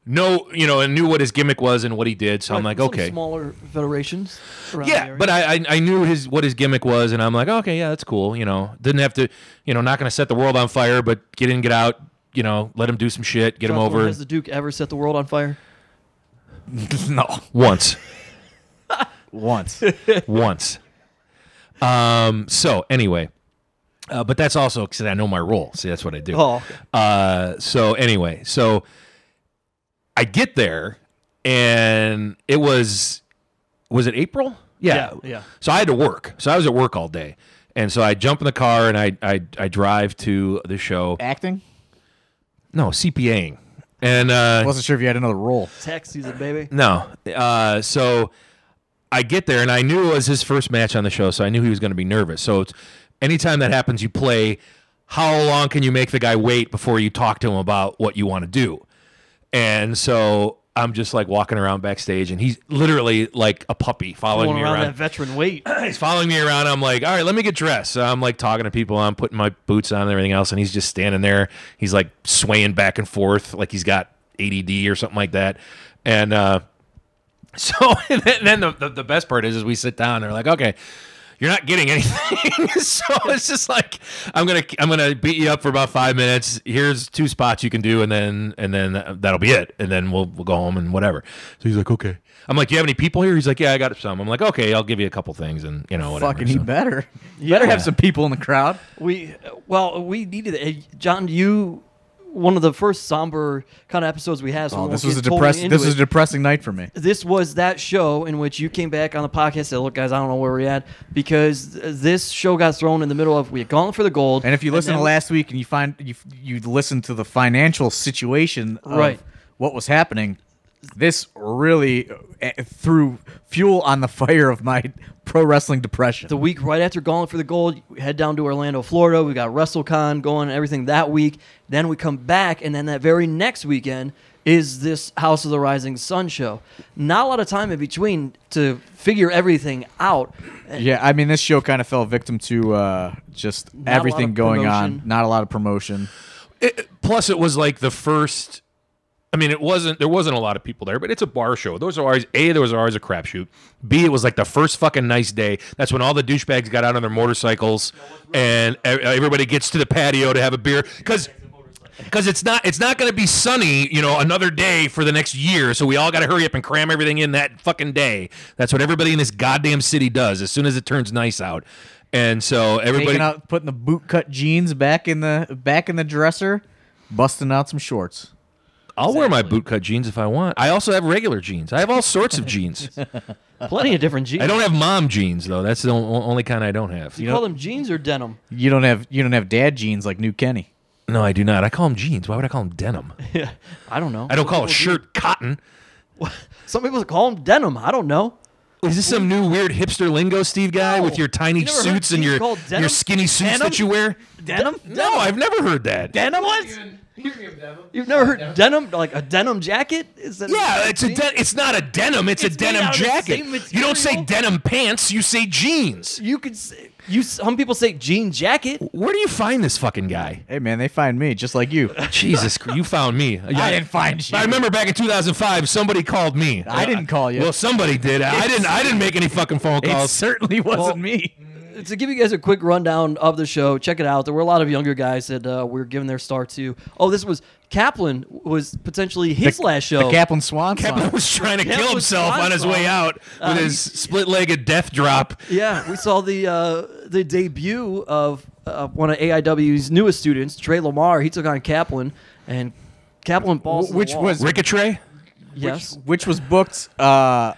[SPEAKER 2] know, you know, and knew what his gimmick was and what he did, so I'm like,
[SPEAKER 1] some
[SPEAKER 2] "Okay."
[SPEAKER 1] Smaller federations. around the
[SPEAKER 2] Yeah,
[SPEAKER 1] area.
[SPEAKER 2] but I, I I knew his what his gimmick was, and I'm like, okay, yeah, that's cool. You know, didn't have to, you know, not going to set the world on fire, but get in, get out. You know, let him do some shit, get him
[SPEAKER 1] Joshua,
[SPEAKER 2] over
[SPEAKER 1] Has the Duke ever set the world on fire?
[SPEAKER 2] no once,
[SPEAKER 3] Once.
[SPEAKER 2] once. Um. So anyway, uh, but that's also because I know my role. See, that's what I do.
[SPEAKER 1] Oh,
[SPEAKER 2] Uh, so anyway, so I get there, and it was was it April? Yeah,
[SPEAKER 1] Yeah, yeah.
[SPEAKER 2] So I had to work. So I was at work all day, and so I jump in the car and I I, I drive to the show.
[SPEAKER 3] Acting?
[SPEAKER 2] No, CPAing, and uh,
[SPEAKER 3] Wasn't sure if you had another role.
[SPEAKER 1] tax season, baby.
[SPEAKER 2] no. Uh, so I get there, and I knew it was his first match on the show, so I knew he was going to be nervous. So it's, anytime that happens, you play. How long can you make the guy wait before you talk to him about what you want to do? And so I'm just like walking around backstage, and he's literally like a puppy following
[SPEAKER 1] Going
[SPEAKER 2] me
[SPEAKER 1] around
[SPEAKER 2] around
[SPEAKER 1] that veteran weight.
[SPEAKER 2] he's following me around. I'm like, all right, let me get dressed. So I'm like talking to people. I'm putting my boots on and everything else. And he's just standing there. He's like swaying back and forth, like he's got ADD or something like that. And uh, so, and then the, the, the best part is, is we sit down. And they're like, okay, you're not getting anything. so it's just like I'm gonna I'm gonna beat you up for about five minutes. Here's two spots you can do, and then and then that'll be it. And then we'll we'll go home and whatever. So he's like, okay. I'm like, do you have any people here? He's like, yeah, I got some. I'm like, okay, I'll give you a couple things, and you know whatever.
[SPEAKER 3] Fucking,
[SPEAKER 2] So-
[SPEAKER 3] he better. You better have some people in the crowd.
[SPEAKER 1] We well, we needed it. John, you one of the first somber kind of episodes we had. So we
[SPEAKER 3] Oh,
[SPEAKER 1] won't
[SPEAKER 3] this was a
[SPEAKER 1] get totally
[SPEAKER 3] depressing.
[SPEAKER 1] into
[SPEAKER 3] This was
[SPEAKER 1] it.
[SPEAKER 3] a depressing night for me.
[SPEAKER 1] this was that show in which you came back on the podcast and said, "Look, guys, I don't know where we're at because th- this show got thrown in the middle of we had gone for the gold."
[SPEAKER 3] And if you listen
[SPEAKER 1] then-
[SPEAKER 3] to last week and you find you you listen to the financial situation of
[SPEAKER 1] Right.
[SPEAKER 3] what was happening, this really uh, threw fuel on the fire of my pro wrestling depression.
[SPEAKER 1] the week right after Gone for the Gold, we head down to Orlando, Florida. We got WrestleCon going and everything that week. Then we come back, and then that very next weekend is this House of the Rising Sun show. Not a lot of time in between to figure everything out.
[SPEAKER 3] yeah, I mean this show kind of fell victim to uh, just
[SPEAKER 1] a lot
[SPEAKER 3] everything
[SPEAKER 1] of
[SPEAKER 3] going on.
[SPEAKER 1] promotion.
[SPEAKER 3] Not a lot of promotion.
[SPEAKER 2] it, plus it was like the first I mean, it wasn't. There wasn't a lot of people there, but it's a bar show. Those are always a. There was always a crapshoot. B. It was like the first fucking nice day. That's when all the douchebags got out on their motorcycles, and e- everybody gets to the patio to have a beer because because it's not it's not going to be sunny. You know, another day for the next year. So we all got to hurry up and cram everything in that fucking day. That's what everybody in this goddamn city does. As soon as it turns nice out, and so everybody
[SPEAKER 3] Taking out, putting the bootcut jeans back in the back in the dresser, busting out some shorts.
[SPEAKER 2] I'll wear my bootcut jeans if I want. I also have regular jeans. I have all sorts of jeans.
[SPEAKER 1] Plenty of different jeans.
[SPEAKER 2] I don't have mom jeans though. That's the on- only kind I don't have.
[SPEAKER 1] you call them jeans or denim?
[SPEAKER 3] You don't have you don't have dad jeans like New Kenny.
[SPEAKER 2] No, I do not. I call them jeans. Why would I call them denim?
[SPEAKER 1] I don't know.
[SPEAKER 2] I don't call a
[SPEAKER 1] Some
[SPEAKER 2] shirt cotton.
[SPEAKER 1] people- Some people call them denim. I don't know.
[SPEAKER 2] Is this some new weird hipster lingo, Steve guy,
[SPEAKER 1] No.
[SPEAKER 2] with your tiny
[SPEAKER 1] You never heard
[SPEAKER 2] suits and
[SPEAKER 1] jeans
[SPEAKER 2] your
[SPEAKER 1] called denim?
[SPEAKER 2] your skinny suits
[SPEAKER 1] Denim?
[SPEAKER 2] that you wear?
[SPEAKER 1] Denim?
[SPEAKER 2] No, I've never heard that.
[SPEAKER 1] Denim? What? You've never heard denim like a denim jacket? Is that
[SPEAKER 2] Yeah, it's a de- it's not a denim. It's,
[SPEAKER 1] It's
[SPEAKER 2] a
[SPEAKER 1] made
[SPEAKER 2] denim
[SPEAKER 1] out of the
[SPEAKER 2] jacket.
[SPEAKER 1] same
[SPEAKER 2] You don't say
[SPEAKER 1] material.
[SPEAKER 2] denim pants. You say jeans.
[SPEAKER 1] You could say, you. Some people say jean jacket.
[SPEAKER 2] Where do you find this fucking guy?
[SPEAKER 3] Hey man, they find me just like you.
[SPEAKER 2] Jesus, Christ, you found me.
[SPEAKER 3] I didn't find you.
[SPEAKER 2] I remember back in 2005, somebody called me.
[SPEAKER 3] I didn't call you.
[SPEAKER 2] Well, somebody did. I didn't. I didn't make any fucking phone
[SPEAKER 3] It
[SPEAKER 2] calls.
[SPEAKER 3] certainly wasn't me.
[SPEAKER 1] to give you guys a quick rundown of the show, check it out. There were a lot of younger guys that uh, we were giving their star to. Oh, this was Kaplan was potentially his last show.
[SPEAKER 3] The Kaplan Swan
[SPEAKER 2] Kaplan
[SPEAKER 3] song.
[SPEAKER 2] was trying to
[SPEAKER 1] Kaplan
[SPEAKER 2] kill himself
[SPEAKER 1] was
[SPEAKER 2] on his
[SPEAKER 1] awesome.
[SPEAKER 2] way out with
[SPEAKER 1] Uh,
[SPEAKER 2] his split-legged death drop.
[SPEAKER 1] yeah, we saw the uh, the debut of uh, one of AIW's newest students, Trey Lamar. He took on Kaplan, and Kaplan balls to the
[SPEAKER 3] Which
[SPEAKER 1] wall.
[SPEAKER 3] was-
[SPEAKER 2] Ricketray.
[SPEAKER 1] yes,
[SPEAKER 3] which was booked. Uh,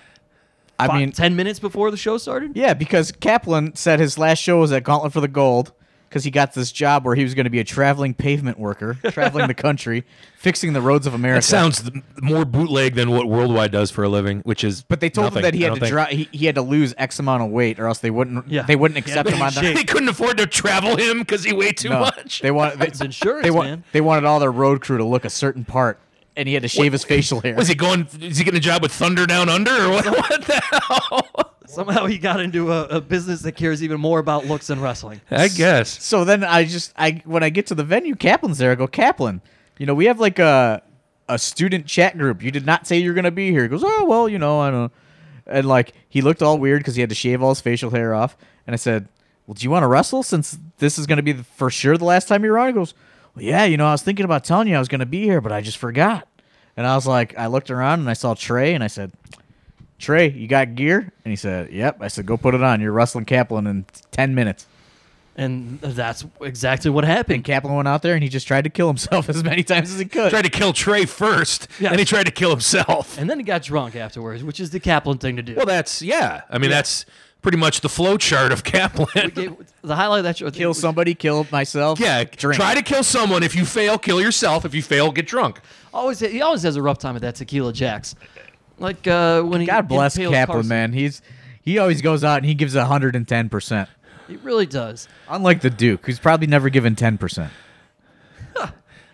[SPEAKER 3] I
[SPEAKER 1] Fi-
[SPEAKER 3] mean,
[SPEAKER 1] ten minutes before the show started.
[SPEAKER 3] yeah, because Kaplan said his last show was at Gauntlet for the Gold because he got this job where he was going to be a traveling pavement worker, traveling the country, fixing the roads of America.
[SPEAKER 2] That sounds th- more bootleg than what Worldwide does for a living, which is.
[SPEAKER 3] but they told
[SPEAKER 2] nothing,
[SPEAKER 3] him that he
[SPEAKER 2] I
[SPEAKER 3] had
[SPEAKER 2] don't
[SPEAKER 3] to
[SPEAKER 2] think.
[SPEAKER 3] dri- he, he had to lose X amount of weight, or else they wouldn't
[SPEAKER 1] Yeah.
[SPEAKER 3] they wouldn't
[SPEAKER 1] He
[SPEAKER 3] accept
[SPEAKER 1] had
[SPEAKER 3] him on
[SPEAKER 1] to
[SPEAKER 3] the
[SPEAKER 2] They couldn't afford to travel him because he weighed too
[SPEAKER 3] no,
[SPEAKER 2] much.
[SPEAKER 3] They wanted they,
[SPEAKER 1] It's insurance,
[SPEAKER 3] they, wa-
[SPEAKER 1] man.
[SPEAKER 3] they wanted all their road crew to look a certain part, and he had to shave his facial hair.
[SPEAKER 2] was he going? Is he getting a job with Thunder Down Under or what? what the hell?
[SPEAKER 1] Somehow he got into a, a business that cares even more about looks than wrestling.
[SPEAKER 2] I guess.
[SPEAKER 3] So then I just I when I get to the venue, Kaplan's there. I go, Kaplan, you know we have like a a student chat group. You did not say you're gonna be here. He goes, oh well, you know I don't. And like he looked all weird because he had to shave all his facial hair off. And I said, well, do you want to wrestle since this is gonna be the, for sure the last time you're on? He goes, well, yeah, you know I was thinking about telling you I was gonna be here, but I just forgot. And I was like, I looked around and I saw Trey, and I said, Trey, you got gear? And he said, Yep. I said, Go put it on. You're wrestling Kaplan in ten minutes.
[SPEAKER 1] And that's exactly what happened.
[SPEAKER 3] And Kaplan went out there and he just tried to kill himself as many times as he could.
[SPEAKER 2] Tried to kill Trey first,
[SPEAKER 1] Yeah.
[SPEAKER 2] and he tried to kill himself.
[SPEAKER 1] And then he got drunk afterwards, which is the Kaplan thing to do.
[SPEAKER 2] Well, that's yeah. I mean, that's pretty much the flow chart of Kaplan.
[SPEAKER 1] It- the highlight of that show.
[SPEAKER 3] kill somebody, kill myself.
[SPEAKER 2] yeah,
[SPEAKER 3] drink.
[SPEAKER 2] try to kill someone. If you fail, kill yourself. If you fail, get drunk.
[SPEAKER 1] Always, he always has a rough time at that Tequila Jacks. Like uh, when he
[SPEAKER 3] God bless
[SPEAKER 1] impales
[SPEAKER 3] Kaplan,
[SPEAKER 1] Carson.
[SPEAKER 3] man. He's he always goes out and he gives hundred and ten percent.
[SPEAKER 1] He really does.
[SPEAKER 3] Unlike the Duke, who's probably never given ten percent.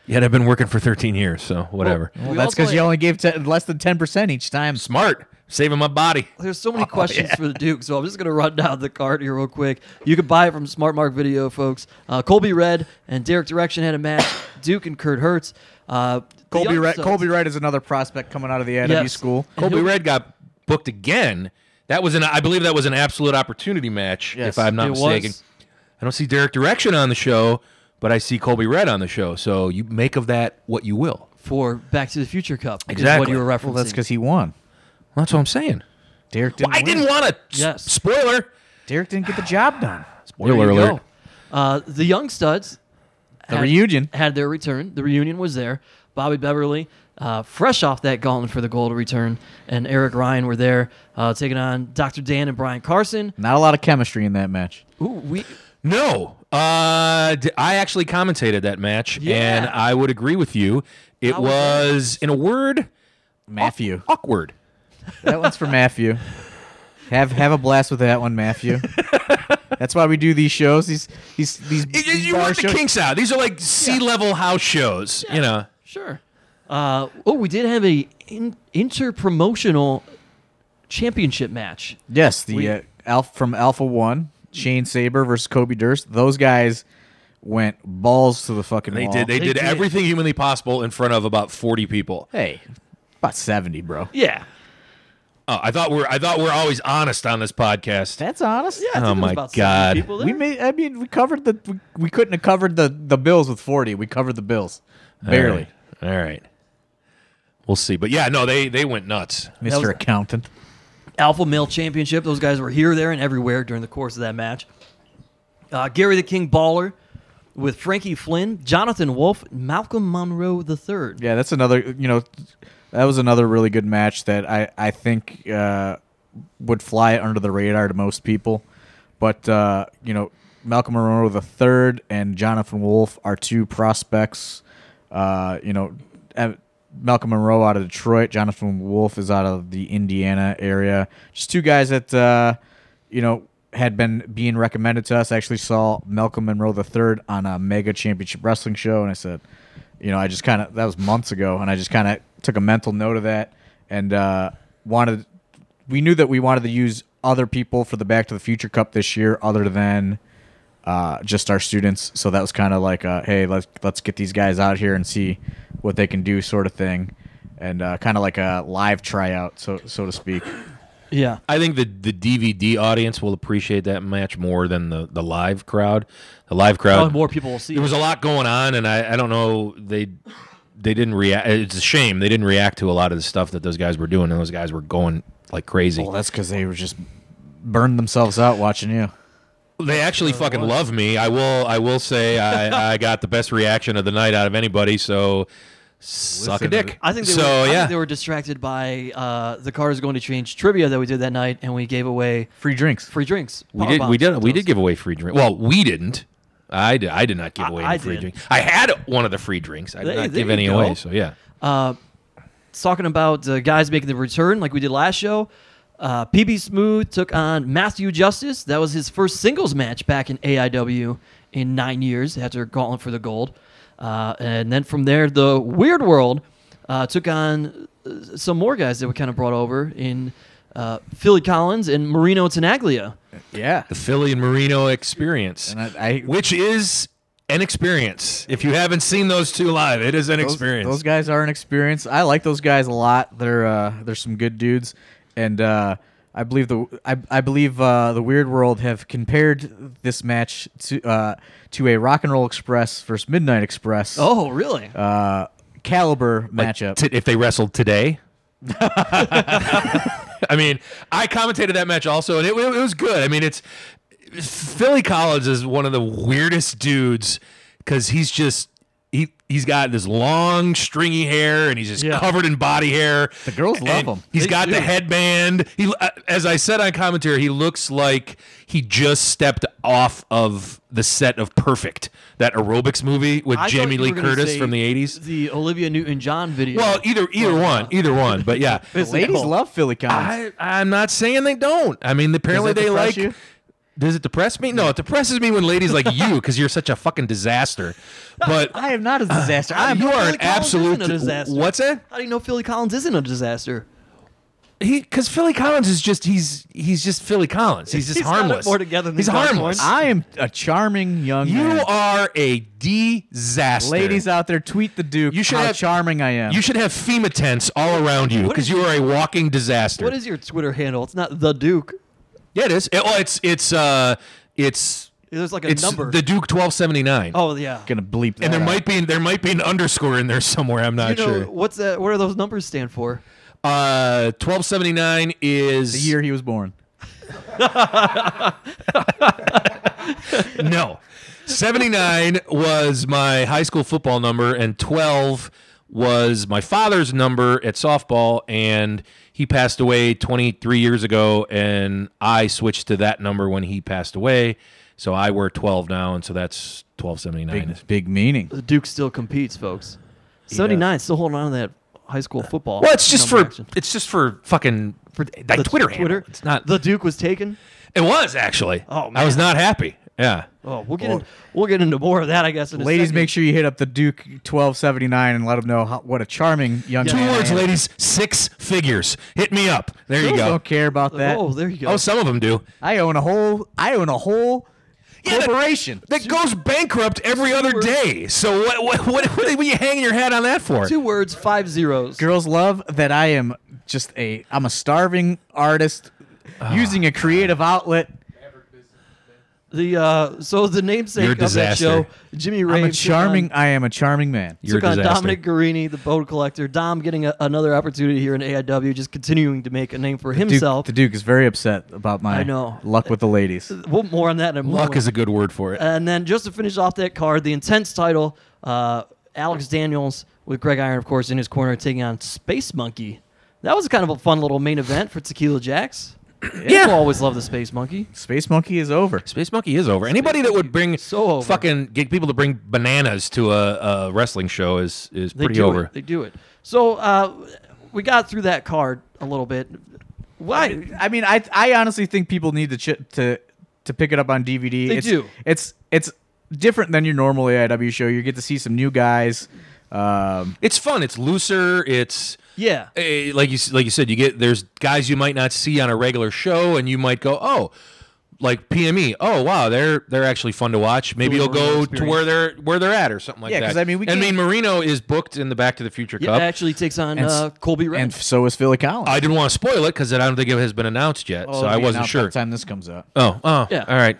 [SPEAKER 2] Yet I've been working for 13 years, so whatever.
[SPEAKER 1] Well,
[SPEAKER 3] Well,
[SPEAKER 1] We
[SPEAKER 3] that's because
[SPEAKER 1] also-
[SPEAKER 3] you only gave 10, less than ten percent each time.
[SPEAKER 2] Smart, saving my body.
[SPEAKER 1] There's so many
[SPEAKER 3] Oh,
[SPEAKER 1] questions for the Duke, so I'm just gonna run down the card here real quick. You can buy it from Smart Mark Video, folks. Uh, Colby Red and Derek Direction had a match. Duke and Kurt Hertz. Uh, the
[SPEAKER 3] Colby
[SPEAKER 1] Young
[SPEAKER 3] Wright,
[SPEAKER 1] Sons-
[SPEAKER 3] Colby Wright is another prospect coming out of the AW
[SPEAKER 1] Yes.
[SPEAKER 3] school.
[SPEAKER 1] And
[SPEAKER 2] Colby
[SPEAKER 1] he'll-
[SPEAKER 2] Red got booked again That was an I believe that was an absolute opportunity match,
[SPEAKER 3] Yes,
[SPEAKER 2] if I'm not
[SPEAKER 1] it was.
[SPEAKER 2] mistaken. I don't see Derek Direction on the show, but I see Colby Red on the show. So you make of that what you will.
[SPEAKER 1] for Back to the Future Cup. is what
[SPEAKER 2] Exactly.
[SPEAKER 1] you were referencing.
[SPEAKER 3] Well, that's because he won.
[SPEAKER 2] Well, that's what I'm saying.
[SPEAKER 3] Derek didn't.
[SPEAKER 2] I didn't
[SPEAKER 3] win.
[SPEAKER 2] want to.
[SPEAKER 1] Yes.
[SPEAKER 2] Spoiler.
[SPEAKER 3] Derek didn't get the job done.
[SPEAKER 1] There
[SPEAKER 2] Spoiler
[SPEAKER 1] you
[SPEAKER 2] alert.
[SPEAKER 1] go. Uh, the Young Studs.
[SPEAKER 3] The reunion.
[SPEAKER 1] Had their return. The reunion was there. Bobby Beverly, uh, fresh off that gauntlet for the gold return, and Eric Ryan were there uh, taking on Dr. Dan and Brian Carson.
[SPEAKER 3] Not a lot of chemistry in that match.
[SPEAKER 1] Ooh, we
[SPEAKER 2] No. Uh, d- I actually commentated that match,
[SPEAKER 1] Yeah.
[SPEAKER 2] and I would agree with you. It
[SPEAKER 1] How was that?
[SPEAKER 2] was, in a word, Oh,
[SPEAKER 3] Matthew.
[SPEAKER 2] awkward.
[SPEAKER 3] That one's for Matthew. Have have a blast with that one, Matthew. That's why we do these shows. These these these.
[SPEAKER 2] It-
[SPEAKER 3] these
[SPEAKER 2] you
[SPEAKER 3] bar
[SPEAKER 2] want the
[SPEAKER 3] shows.
[SPEAKER 2] kinks out. These are like sea level house shows. You know.
[SPEAKER 1] sure. Uh, oh, we did have a in, inter-promotional championship match.
[SPEAKER 3] Yes, the
[SPEAKER 1] We-
[SPEAKER 3] uh, Alpha from Alpha One, Shane Saber versus Kobe Durst. Those guys went balls to the fucking
[SPEAKER 2] They
[SPEAKER 3] wall.
[SPEAKER 2] did. They,
[SPEAKER 1] They
[SPEAKER 2] did,
[SPEAKER 1] did.
[SPEAKER 2] everything humanly possible in front of about forty people.
[SPEAKER 3] hey, about seventy, bro.
[SPEAKER 1] Yeah.
[SPEAKER 2] Oh, I thought we're I thought we're always honest on this podcast.
[SPEAKER 3] That's honest.
[SPEAKER 1] Yeah. I think there
[SPEAKER 2] Oh
[SPEAKER 1] was
[SPEAKER 2] my
[SPEAKER 1] about 70
[SPEAKER 2] God.
[SPEAKER 1] people there.
[SPEAKER 3] We made. I mean, we covered the. We, we couldn't have covered the the bills with forty. We covered the bills barely.
[SPEAKER 2] All right. All right. We'll see. But yeah, no, they they went nuts.
[SPEAKER 1] That was-
[SPEAKER 3] Mr. Accountant.
[SPEAKER 1] Alpha Male Championship. Those guys were here, there, and everywhere during the course of that match. Uh, Gary the King Baller with Frankie Flynn, Jonathan Wolf, Malcolm Monroe III.
[SPEAKER 3] Yeah, that's another. You know, that was another really good match that I I think uh, would fly under the radar to most people, but uh, you know, Malcolm Monroe the third and Jonathan Wolf are two prospects. Uh, you know, uh, Malcolm Monroe out of Detroit, Jonathan Wolf is out of the Indiana area. Just two guys that uh, you know had been being recommended to us. I actually saw Malcolm Monroe the third on a Mega Championship Wrestling show, and I said you know, I just kind of that was months ago, and I just kind of took a mental note of that and uh, wanted. We knew that we wanted to use other people for the Back to the Future Cup this year, other than uh, just our students. So that was kind of like, uh, hey, let's let's get these guys out here and see what they can do, sort of thing, and uh, kind of like a live tryout, so so to speak.
[SPEAKER 1] Yeah.
[SPEAKER 2] I think the the DVD audience will appreciate that match more than the the live crowd. The live
[SPEAKER 1] Probably
[SPEAKER 2] crowd.
[SPEAKER 1] more people will see.
[SPEAKER 2] there was a lot going on, and I I don't know they. They didn't react. It's a shame they didn't react to a lot of the stuff that those guys were doing, and those guys were going like crazy.
[SPEAKER 3] Well, that's because they were just burned themselves out watching you.
[SPEAKER 2] They actually fucking love me. I will. I will say I, I got the best reaction of the night out of anybody. So suck a
[SPEAKER 3] Listen to
[SPEAKER 2] dick.
[SPEAKER 3] the-
[SPEAKER 1] I think they
[SPEAKER 2] so.
[SPEAKER 1] were, I
[SPEAKER 2] yeah.
[SPEAKER 1] think they were distracted by uh, the car is going to change trivia that we did that night, and we gave away
[SPEAKER 3] Free drinks.
[SPEAKER 1] free drinks.
[SPEAKER 2] we
[SPEAKER 1] power
[SPEAKER 2] did. We
[SPEAKER 1] bombs,
[SPEAKER 2] did. We
[SPEAKER 1] toast.
[SPEAKER 2] did give away free drink. Well, we didn't. I did. I did not give
[SPEAKER 1] I-
[SPEAKER 2] away
[SPEAKER 1] I
[SPEAKER 2] any free
[SPEAKER 1] did.
[SPEAKER 2] drink. I had one of the free drinks. I did
[SPEAKER 1] There-
[SPEAKER 2] not
[SPEAKER 1] there
[SPEAKER 2] give
[SPEAKER 1] you
[SPEAKER 2] any
[SPEAKER 1] go.
[SPEAKER 2] away. So yeah.
[SPEAKER 1] Uh, it's talking about uh, guys making the return like we did last show. Uh, PB Smooth took on Matthew Justice. That was his first singles match back in AIW in nine years after Gauntlet for the Gold. Uh, and then from there, the Weird World uh, took on uh, some more guys that we kind of brought over in uh, Philly Collins and Marino Tenaglia.
[SPEAKER 3] Yeah.
[SPEAKER 2] The Philly and Marino experience,
[SPEAKER 3] And I- I-
[SPEAKER 2] which is an experience. If you haven't seen those two live, it is an
[SPEAKER 3] those-
[SPEAKER 2] experience.
[SPEAKER 3] Those guys are an experience. I like those guys a lot. They're uh, they're some good dudes, and uh, I believe the I, I believe uh, the Weird World have compared this match to uh, to a Rock and Roll Express versus Midnight Express
[SPEAKER 1] Oh, really?
[SPEAKER 3] uh, caliber
[SPEAKER 2] Like,
[SPEAKER 3] matchup.
[SPEAKER 2] t- if they wrestled today. I mean, I commentated that match also, and it, it was good. I mean, it's Philly Collins is one of the weirdest dudes because he's just he he's got this long stringy hair, and he's just
[SPEAKER 1] Yeah.
[SPEAKER 2] covered in body hair. The
[SPEAKER 3] girls love him.
[SPEAKER 2] He's
[SPEAKER 1] They
[SPEAKER 2] got
[SPEAKER 1] do.
[SPEAKER 2] the headband. He, uh, as I said on commentary, he looks like he just stepped off of the set of Perfect, that aerobics movie with
[SPEAKER 1] I thought
[SPEAKER 2] Jamie
[SPEAKER 1] you
[SPEAKER 2] Lee
[SPEAKER 1] were gonna
[SPEAKER 2] Curtis
[SPEAKER 1] say
[SPEAKER 2] from the '80s.
[SPEAKER 1] The Olivia Newton John video.
[SPEAKER 2] Well, either either
[SPEAKER 1] Or, uh,
[SPEAKER 2] one, either one. But yeah,
[SPEAKER 3] The ladies
[SPEAKER 1] Physical.
[SPEAKER 3] love Philly Collins.
[SPEAKER 2] I, I'm not saying they don't. I mean, apparently
[SPEAKER 3] that
[SPEAKER 2] they
[SPEAKER 3] depress
[SPEAKER 2] like.
[SPEAKER 3] you?
[SPEAKER 2] Does it depress me? No, it depresses me when ladies like you, because you're such a fucking disaster. But
[SPEAKER 3] I, am not a disaster. I'm
[SPEAKER 2] you
[SPEAKER 1] Philly
[SPEAKER 2] Uh, are
[SPEAKER 1] Collins
[SPEAKER 2] an
[SPEAKER 1] isn't
[SPEAKER 2] absolute
[SPEAKER 1] a disaster.
[SPEAKER 2] What's it?
[SPEAKER 1] How do you know Philly Collins isn't a disaster?
[SPEAKER 2] he because Philly Collins is just he's he's just Philly Collins. He's just
[SPEAKER 1] He's got it
[SPEAKER 2] harmless.
[SPEAKER 1] more together than
[SPEAKER 2] he's
[SPEAKER 1] he does
[SPEAKER 2] harmless.
[SPEAKER 1] once.
[SPEAKER 3] I am a charming young man.
[SPEAKER 2] You are a disaster,
[SPEAKER 3] Ladies out there, tweet the Duke
[SPEAKER 2] You should
[SPEAKER 3] how
[SPEAKER 2] have-
[SPEAKER 3] charming I am.
[SPEAKER 2] You should have FEMA tents all around you
[SPEAKER 1] What
[SPEAKER 2] because
[SPEAKER 1] is-
[SPEAKER 2] you are a walking disaster.
[SPEAKER 1] What is your Twitter handle? It's not the Duke.
[SPEAKER 2] yeah, it is. It- well, it's it's uh it's
[SPEAKER 1] There's like a
[SPEAKER 2] it's
[SPEAKER 1] number.
[SPEAKER 2] the Duke twelve seventy nine.
[SPEAKER 1] oh yeah.
[SPEAKER 3] gonna bleep that.
[SPEAKER 2] and there
[SPEAKER 3] out.
[SPEAKER 2] might be there might be an underscore in there somewhere. I'm
[SPEAKER 1] You
[SPEAKER 2] not
[SPEAKER 1] know,
[SPEAKER 2] sure.
[SPEAKER 1] what's that? What do those numbers stand for?
[SPEAKER 2] Uh, twelve seventy nine is
[SPEAKER 3] the year he was born.
[SPEAKER 2] no. 79 was my high school football number, and 12 was my father's number at softball. And he passed away 23 years ago, and I switched to that number when he passed away. So I wear 12 now, and so that's 1279.
[SPEAKER 3] Big, big meaning.
[SPEAKER 1] The Duke still competes, folks. Seventy nine still holding on to that high school football.
[SPEAKER 2] Well, it's just for
[SPEAKER 1] number action.
[SPEAKER 2] it's just for fucking for that
[SPEAKER 1] The
[SPEAKER 2] Twitter handle. It's not.
[SPEAKER 1] the Duke was taken.
[SPEAKER 2] it was actually.
[SPEAKER 1] Oh,
[SPEAKER 2] I was
[SPEAKER 1] man.
[SPEAKER 2] not happy. Yeah.
[SPEAKER 1] Oh, we'll get in, we'll get into more of that, I guess. In a
[SPEAKER 3] Ladies,
[SPEAKER 1] second.
[SPEAKER 3] make sure you hit up the Duke 1279 and let him know how, what a charming young
[SPEAKER 2] Two
[SPEAKER 3] man. I
[SPEAKER 2] words,
[SPEAKER 3] am.
[SPEAKER 2] ladies. Six figures. Hit me up. There you
[SPEAKER 3] Girls
[SPEAKER 2] go.
[SPEAKER 3] Don't care about that.
[SPEAKER 1] Oh, there you go.
[SPEAKER 2] Oh, some of them do.
[SPEAKER 3] I own a whole. I own a whole
[SPEAKER 2] Yeah, that-
[SPEAKER 3] corporation.
[SPEAKER 2] that goes bankrupt every other day. So what what what, what are you hanging your hat on that for?
[SPEAKER 1] Two words, five zeros.
[SPEAKER 3] Girls love that I am just a. I'm a starving artist
[SPEAKER 2] Ah.
[SPEAKER 3] using a creative outlet.
[SPEAKER 1] The uh, so the
[SPEAKER 2] You're
[SPEAKER 1] namesake
[SPEAKER 2] a
[SPEAKER 1] of that show,
[SPEAKER 2] disaster.
[SPEAKER 1] Jimmy Ray.
[SPEAKER 3] I'm a
[SPEAKER 1] took on-
[SPEAKER 3] charming. I am a charming man.
[SPEAKER 2] You're a
[SPEAKER 1] Took on
[SPEAKER 2] disaster.
[SPEAKER 1] Dominic Guarini, the boat collector. Dom getting a, another opportunity here in AIW, just continuing to make a name for
[SPEAKER 3] Duke-
[SPEAKER 1] himself.
[SPEAKER 3] the Duke is very upset about my
[SPEAKER 1] I know. Uh,
[SPEAKER 3] luck with the ladies.
[SPEAKER 1] We'll more on that in a moment.
[SPEAKER 2] Luck is a good word for it.
[SPEAKER 1] And then just to finish off that card, the intense title, uh, Alex Daniels with Greg Iron, of course, in his corner taking on Space Monkey. That was kind of a fun little main event for Tequila Jacks. People always love the Space Monkey.
[SPEAKER 3] Space Monkey is over.
[SPEAKER 2] Space Monkey is over. Anybody that would bring
[SPEAKER 1] So over.
[SPEAKER 2] fucking get people to bring bananas to a, a wrestling show is is
[SPEAKER 1] They
[SPEAKER 2] pretty
[SPEAKER 1] do
[SPEAKER 2] over.
[SPEAKER 1] It. They do it. So uh, we got through that card a little bit. Why?
[SPEAKER 3] I mean, I I honestly think people need to ch- to to pick it up on DVD.
[SPEAKER 1] They
[SPEAKER 3] it's,
[SPEAKER 1] do.
[SPEAKER 3] It's it's different than your normal AIW show. You get to see some new guys. Um,
[SPEAKER 2] It's fun. It's looser. It's
[SPEAKER 1] Yeah.
[SPEAKER 2] eh, like you s- like you said. You get there's guys you might not see on a regular show, and you might go oh. Like PME, oh wow, they're they're actually fun to watch. Maybe
[SPEAKER 1] Doing
[SPEAKER 2] you'll
[SPEAKER 1] a real
[SPEAKER 2] go to
[SPEAKER 1] experience.
[SPEAKER 2] where they're where they're at or something like
[SPEAKER 3] Yeah,
[SPEAKER 2] that.
[SPEAKER 3] 'cause I mean, we
[SPEAKER 2] I
[SPEAKER 3] can't-
[SPEAKER 2] mean Marino is booked in the Back to the Future
[SPEAKER 1] Yeah,
[SPEAKER 2] Cup.
[SPEAKER 1] actually takes on
[SPEAKER 3] And s-
[SPEAKER 1] uh, Colby Red.
[SPEAKER 3] and so is Philly Collins.
[SPEAKER 2] I didn't want to spoil it because I don't think it has been announced yet, so
[SPEAKER 3] it'll
[SPEAKER 2] I
[SPEAKER 3] be
[SPEAKER 2] wasn't
[SPEAKER 3] Oh, announced by
[SPEAKER 2] sure.
[SPEAKER 3] the time this comes out.
[SPEAKER 2] Oh, oh,
[SPEAKER 1] Yeah.
[SPEAKER 2] all right.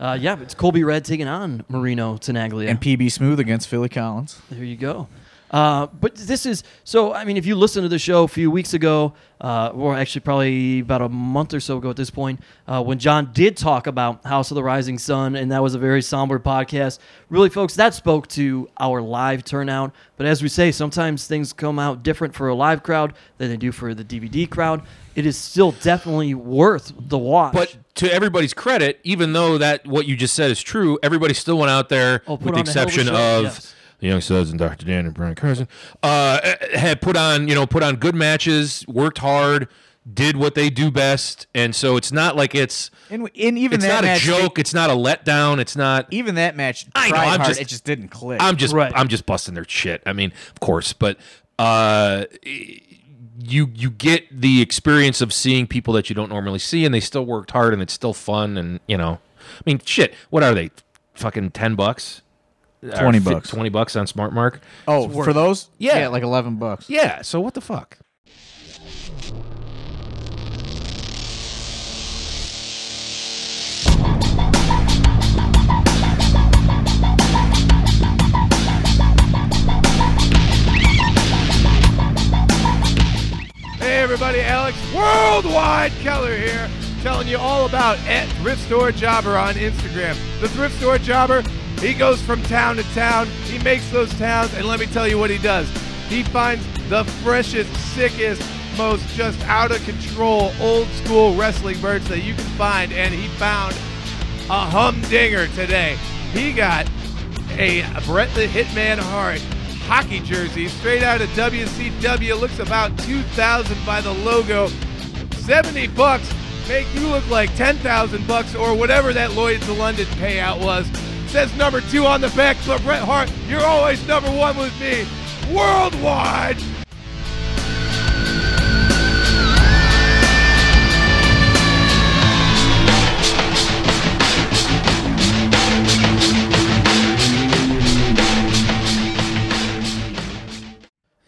[SPEAKER 1] Uh, yeah, but it's Colby Red taking on Marino Tenaglia.
[SPEAKER 3] And PB Smooth against Philly Collins.
[SPEAKER 1] There you go. Uh, but this is so. I mean, if you listen to the show a few weeks ago, uh, or actually probably about a month or so ago at this point, uh, when John did talk about House of the Rising Sun, and that was a very somber podcast. Really, folks, that spoke to our live turnout. But as we say, sometimes things come out different for a live crowd than they do for the DVD crowd. It is still definitely worth the watch.
[SPEAKER 2] But to everybody's credit, even though that what you just said is true, everybody still went out there,
[SPEAKER 1] Oh, put
[SPEAKER 2] with
[SPEAKER 1] on
[SPEAKER 2] the
[SPEAKER 1] a hell of a
[SPEAKER 2] exception
[SPEAKER 1] show,
[SPEAKER 2] of
[SPEAKER 1] yes.
[SPEAKER 2] the Young Studs and Dr. Dan and Brian Carson, uh, had put on you know put on good matches, worked hard, did what they do best, and so it's not like it's
[SPEAKER 3] And, and even
[SPEAKER 2] it's
[SPEAKER 3] that
[SPEAKER 2] not a
[SPEAKER 3] match,
[SPEAKER 2] joke, it's not a letdown, it's not.
[SPEAKER 3] Even that match,
[SPEAKER 2] I know,
[SPEAKER 3] tried
[SPEAKER 2] I'm
[SPEAKER 3] hard,
[SPEAKER 2] just-
[SPEAKER 3] it just didn't click.
[SPEAKER 2] I'm just
[SPEAKER 1] Right.
[SPEAKER 2] I'm just busting their shit. I mean, of course, but uh, you you get the experience of seeing people that you don't normally see, and they still worked hard, and it's still fun, and you know, I mean, shit. What are they? Fucking ten bucks, Or
[SPEAKER 3] 20
[SPEAKER 2] fif-
[SPEAKER 3] bucks.
[SPEAKER 2] twenty bucks on Smart Mark.
[SPEAKER 3] oh, for those,
[SPEAKER 2] Yeah.
[SPEAKER 3] like eleven bucks.
[SPEAKER 2] Yeah. So what the fuck?
[SPEAKER 4] Hey everybody, Alex Worldwide Keller here, telling you all about at Thrift Store Jobber on Instagram. The Thrift Store Jobber, he goes from town to town, he makes those towns, and let me tell you what he does. He finds the freshest, sickest, most just out of control, old school wrestling merch that you can find, and he found a humdinger today. He got a Brett the Hitman Hart hockey jersey straight out of WCW. Looks about 2,000 by the logo. 70 bucks make you look like 10,000 bucks or whatever that Lloyd's of London payout was. Says number two on the back, but Bret Hart, you're always number one with me worldwide.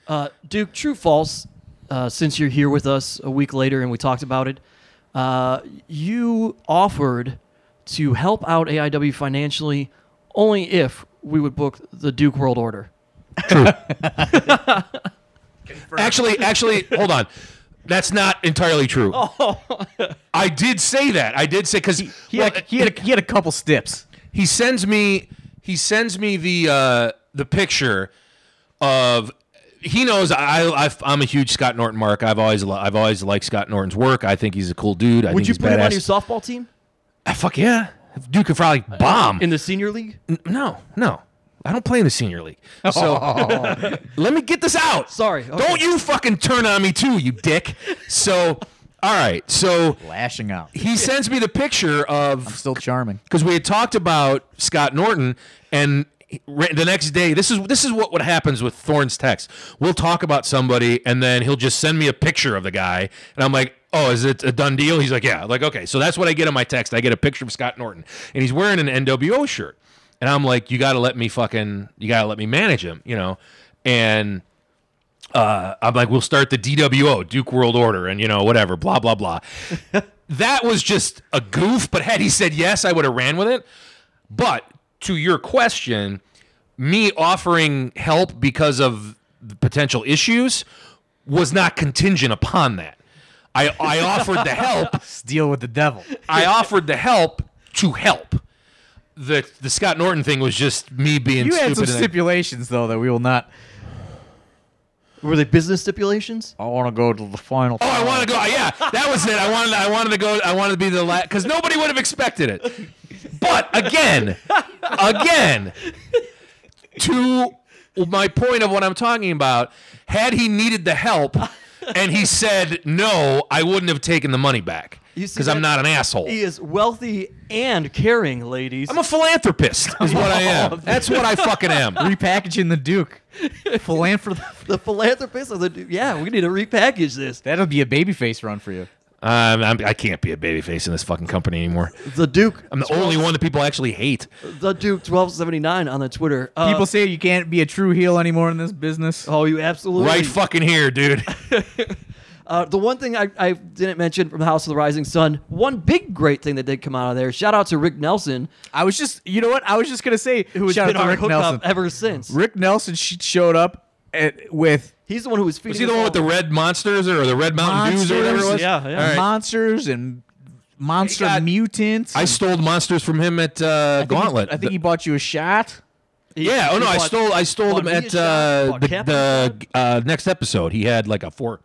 [SPEAKER 1] Uh, Duke, true false? Uh, since you're here with us a week later and we talked about it, uh, you offered to help out AIW financially only if we would book the Duke World Order.
[SPEAKER 2] Actually, actually, hold on. That's not entirely true. I did say that. I did say because
[SPEAKER 3] Oh. He had, he, had a, he had a couple steps.
[SPEAKER 2] he sends me he sends me the uh the picture of he knows I, I I'm a huge Scott Norton mark. I've always li- I've always liked Scott Norton's work. I think he's a cool dude. I
[SPEAKER 1] Would
[SPEAKER 2] think
[SPEAKER 1] you
[SPEAKER 2] he's
[SPEAKER 1] put him on your
[SPEAKER 2] badass.
[SPEAKER 1] softball team
[SPEAKER 2] Ah, fuck yeah, dude could probably bomb.
[SPEAKER 1] Uh, in the senior league?
[SPEAKER 2] N- no, no, I don't play in the senior league. So
[SPEAKER 1] Oh.
[SPEAKER 2] let me get this out.
[SPEAKER 1] Sorry, okay.
[SPEAKER 2] Don't you fucking turn on me too, you dick. So all right, so
[SPEAKER 3] Lashing out.
[SPEAKER 2] he sends me the picture of
[SPEAKER 3] Still charming.
[SPEAKER 2] because we had talked about Scott Norton and he- right the next day this is this is what what happens with Thorne's text. We'll talk about somebody and then he'll just send me a picture of the guy and I'm like, "Oh, is it a done deal?" He's like, "Yeah." Like, "Okay." So that's what I get on my text. I get a picture of Scott Norton and he's wearing an NWO shirt. And I'm like, "You got to let me fucking you got to let me manage him, you know." And uh, I'm like, we'll start the DWO, Duke World Order, and you know, whatever, blah, blah, blah. that was just a goof, but had he said yes, I would have ran with it. But to your question, me offering help because of the potential issues was not contingent upon that. I, I offered the help.
[SPEAKER 3] Deal with the devil.
[SPEAKER 2] I offered the help to help. The the Scott Norton thing was just me being
[SPEAKER 3] You
[SPEAKER 2] stupid.
[SPEAKER 3] had some
[SPEAKER 2] and I-
[SPEAKER 3] stipulations, though, that we will not.
[SPEAKER 1] Were they business stipulations?
[SPEAKER 3] I want to go to the final.
[SPEAKER 2] Oh, I want to go. Yeah, that was it. I wanted. I wanted to go. I wanted to be the last because nobody would have expected it. But again, again, to my point of what I'm talking about, had he needed the help and he said no, I wouldn't have taken the money back
[SPEAKER 1] You see
[SPEAKER 2] because I'm
[SPEAKER 1] that?
[SPEAKER 2] not an asshole.
[SPEAKER 1] He is wealthy and caring, ladies.
[SPEAKER 2] I'm a philanthropist. Is what I am. That's what I fucking am.
[SPEAKER 3] Repackaging the Duke. Philanthropy.
[SPEAKER 1] the philanthropist of the Duke. Yeah, we need to repackage this.
[SPEAKER 3] That'll be a babyface run for you.
[SPEAKER 2] Um, I'm, I can't be a babyface in this fucking company anymore.
[SPEAKER 1] The Duke.
[SPEAKER 2] I'm the only one that people actually hate.
[SPEAKER 1] The Duke 1279 on the Twitter. Uh,
[SPEAKER 3] People say you can't be a true heel anymore in this business.
[SPEAKER 1] Oh, you absolutely
[SPEAKER 2] Right fucking here, dude.
[SPEAKER 1] Uh, the one thing I, I didn't mention from House of the Rising Sun, one big great thing that did come out of there. Shout out to Rick Nelson,
[SPEAKER 3] I was just, you know what? I was just gonna say,
[SPEAKER 1] who has
[SPEAKER 3] shout
[SPEAKER 1] been
[SPEAKER 3] out to
[SPEAKER 1] our
[SPEAKER 3] Rick
[SPEAKER 1] hookup
[SPEAKER 3] Nelson.
[SPEAKER 1] ever since.
[SPEAKER 3] Rick Nelson sh- showed up at, with
[SPEAKER 1] He's the one who was feeding.
[SPEAKER 2] Was he the
[SPEAKER 1] us
[SPEAKER 2] one
[SPEAKER 1] all-
[SPEAKER 2] with the red monsters or the red Mountain Dews or whatever it was?
[SPEAKER 1] Yeah.
[SPEAKER 2] All right.
[SPEAKER 3] monsters and monster
[SPEAKER 2] He got-
[SPEAKER 3] mutants.
[SPEAKER 2] I
[SPEAKER 3] and-
[SPEAKER 2] stole monsters from him at uh,
[SPEAKER 3] I think he-
[SPEAKER 2] Gauntlet.
[SPEAKER 3] I think he bought you a shot.
[SPEAKER 1] He-
[SPEAKER 2] yeah. Oh
[SPEAKER 1] he
[SPEAKER 2] no, I
[SPEAKER 1] bought-
[SPEAKER 2] stole. I stole
[SPEAKER 1] bought
[SPEAKER 2] them
[SPEAKER 1] me a
[SPEAKER 2] at
[SPEAKER 1] shot,
[SPEAKER 2] uh,
[SPEAKER 1] bought
[SPEAKER 2] the,
[SPEAKER 1] Captain a shot.
[SPEAKER 2] the uh, next episode. He had like a four,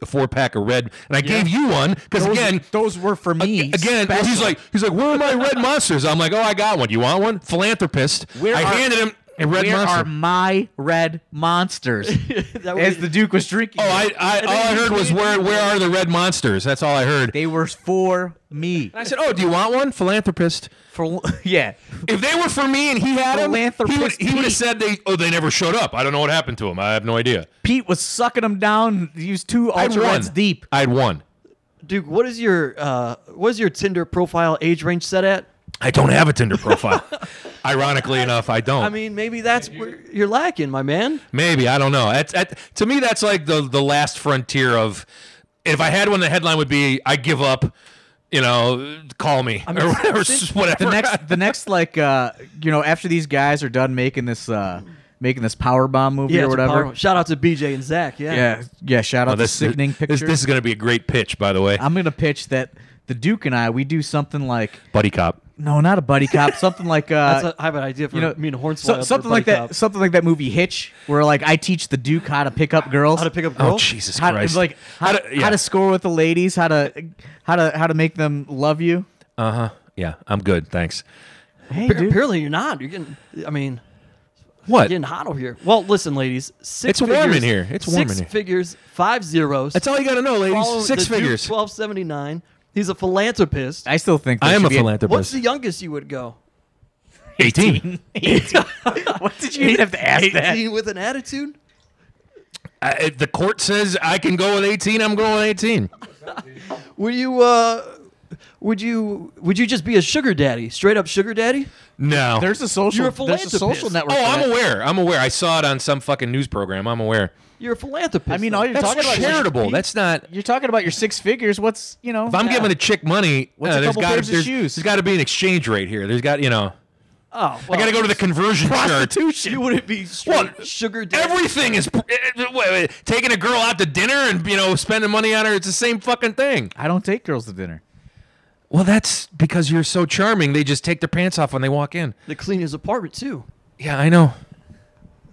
[SPEAKER 2] a four pack of red, and I gave you one because again.
[SPEAKER 3] those were for me.
[SPEAKER 2] Again, well, he's
[SPEAKER 3] special.
[SPEAKER 2] like, he's like, where are my red monsters? I'm like, oh, I got one. You want one? Philanthropist.
[SPEAKER 3] Where
[SPEAKER 2] I
[SPEAKER 3] are-
[SPEAKER 2] handed him a red
[SPEAKER 3] where are
[SPEAKER 2] monster.
[SPEAKER 3] my red monsters?
[SPEAKER 1] That was-
[SPEAKER 3] As the Duke was drinking,
[SPEAKER 2] oh,
[SPEAKER 3] it.
[SPEAKER 2] I, I, all I heard was where, where are the red monsters? That's all I heard.
[SPEAKER 3] they were for me.
[SPEAKER 2] I said, oh, do you want one? Philanthropist.
[SPEAKER 3] For yeah,
[SPEAKER 2] If they were for me and he had them, he would,
[SPEAKER 3] Philanthropist
[SPEAKER 2] he would have
[SPEAKER 3] Pete.
[SPEAKER 2] said they. Oh, they never showed up. I don't know what happened to him. I have no idea.
[SPEAKER 3] Pete was sucking them down. He was two
[SPEAKER 2] I had
[SPEAKER 3] ultra
[SPEAKER 2] one
[SPEAKER 3] reds deep.
[SPEAKER 2] I had one.
[SPEAKER 1] Duke, what is your uh, what is your Tinder profile age range set at?
[SPEAKER 2] I don't have a Tinder profile. Ironically enough, I don't.
[SPEAKER 1] I mean, maybe that's where you're lacking, my man.
[SPEAKER 2] Maybe I don't know. That's that, to me. That's like the the last frontier of. If I had one, the headline would be "I give up." You know, call me or whatever. whatever.
[SPEAKER 3] the next the next like uh you know after these guys are done making this uh making this power bomb movie
[SPEAKER 1] Yeah,
[SPEAKER 3] or
[SPEAKER 1] it's a
[SPEAKER 3] whatever
[SPEAKER 1] power- shout out to BJ and Zach. Yeah.
[SPEAKER 3] yeah yeah shout out
[SPEAKER 2] Oh,
[SPEAKER 3] the
[SPEAKER 2] this
[SPEAKER 3] sickening
[SPEAKER 2] this,
[SPEAKER 3] picture
[SPEAKER 2] This is going to be a great pitch, by the way,
[SPEAKER 3] i'm gonna pitch that the duke and i we do something like
[SPEAKER 2] buddy cop.
[SPEAKER 3] no not a buddy cop something like
[SPEAKER 1] That's
[SPEAKER 3] uh
[SPEAKER 1] a, I have an idea for
[SPEAKER 3] you know,
[SPEAKER 1] me and Hornswoggle.
[SPEAKER 3] so-
[SPEAKER 1] for
[SPEAKER 3] something like
[SPEAKER 1] Buddy
[SPEAKER 3] that.
[SPEAKER 1] Cop.
[SPEAKER 3] Something like that movie Hitch, where like I teach the Duke how to pick up girls,
[SPEAKER 1] How to pick up
[SPEAKER 2] Oh
[SPEAKER 1] girls?
[SPEAKER 2] Jesus
[SPEAKER 3] how,
[SPEAKER 2] Christ!
[SPEAKER 3] like
[SPEAKER 2] How
[SPEAKER 3] how, how,
[SPEAKER 2] to-
[SPEAKER 3] to,
[SPEAKER 2] yeah.
[SPEAKER 3] score with the ladies, how to how to how to make them love you.
[SPEAKER 2] uh huh. Yeah, I'm good. Thanks.
[SPEAKER 3] Hey,
[SPEAKER 1] Appa-
[SPEAKER 3] dude,
[SPEAKER 1] Apparently, you're not. You're getting. I mean,
[SPEAKER 2] What?
[SPEAKER 1] getting hot over here. Well, listen, ladies. Six
[SPEAKER 2] It's warm in
[SPEAKER 1] figures-
[SPEAKER 2] here. It's warm
[SPEAKER 1] six
[SPEAKER 2] in here.
[SPEAKER 1] figures, five zeros.
[SPEAKER 2] That's all you got to know, ladies.
[SPEAKER 1] Follow
[SPEAKER 2] Six
[SPEAKER 1] the Duke
[SPEAKER 2] figures.
[SPEAKER 1] 1279. He's a philanthropist.
[SPEAKER 3] I still think
[SPEAKER 2] I
[SPEAKER 3] there
[SPEAKER 2] am
[SPEAKER 3] should
[SPEAKER 2] a
[SPEAKER 3] be
[SPEAKER 1] What's the
[SPEAKER 2] philanthropist.
[SPEAKER 1] youngest you would go?
[SPEAKER 2] 18.
[SPEAKER 3] what did you even have to ask that?
[SPEAKER 1] 18 with an attitude?
[SPEAKER 2] I, if the court says I can go with 18, I'm going with 18.
[SPEAKER 1] Would you uh would you would you just be a sugar daddy? Straight up sugar daddy?
[SPEAKER 2] No.
[SPEAKER 3] There's a social.
[SPEAKER 1] You're a
[SPEAKER 3] there's a social
[SPEAKER 1] philanthropist.
[SPEAKER 3] network.
[SPEAKER 2] oh,
[SPEAKER 3] for
[SPEAKER 2] I'm
[SPEAKER 3] that.
[SPEAKER 2] aware. I'm aware. I saw it on some fucking news program. I'm aware.
[SPEAKER 1] You're a philanthropist.
[SPEAKER 3] I mean,
[SPEAKER 1] though.
[SPEAKER 3] all you're
[SPEAKER 2] That's
[SPEAKER 3] talking about
[SPEAKER 2] charitable.
[SPEAKER 3] Is,
[SPEAKER 2] That's not.
[SPEAKER 3] you're talking about your six figures. What's you know?
[SPEAKER 2] If I'm giving a chick money, uh,
[SPEAKER 3] What's a
[SPEAKER 2] there's
[SPEAKER 3] couple
[SPEAKER 2] gotta-
[SPEAKER 3] pairs of
[SPEAKER 2] there's-
[SPEAKER 3] shoes?
[SPEAKER 2] There's got to be an exchange rate here. There's got you know.
[SPEAKER 1] oh,
[SPEAKER 2] I
[SPEAKER 1] well,
[SPEAKER 2] got to go to the conversion chart.
[SPEAKER 1] You wouldn't be straight
[SPEAKER 2] What?
[SPEAKER 1] sugar daddy.
[SPEAKER 2] Everything is pr- eh, eh, wait, wait, taking a girl out to dinner and you know spending money on her. It's the same fucking thing.
[SPEAKER 3] I don't take girls to dinner.
[SPEAKER 2] Well, that's because you're so charming. They just take their pants off when they walk in.
[SPEAKER 1] They clean his apartment too.
[SPEAKER 2] Yeah, I know.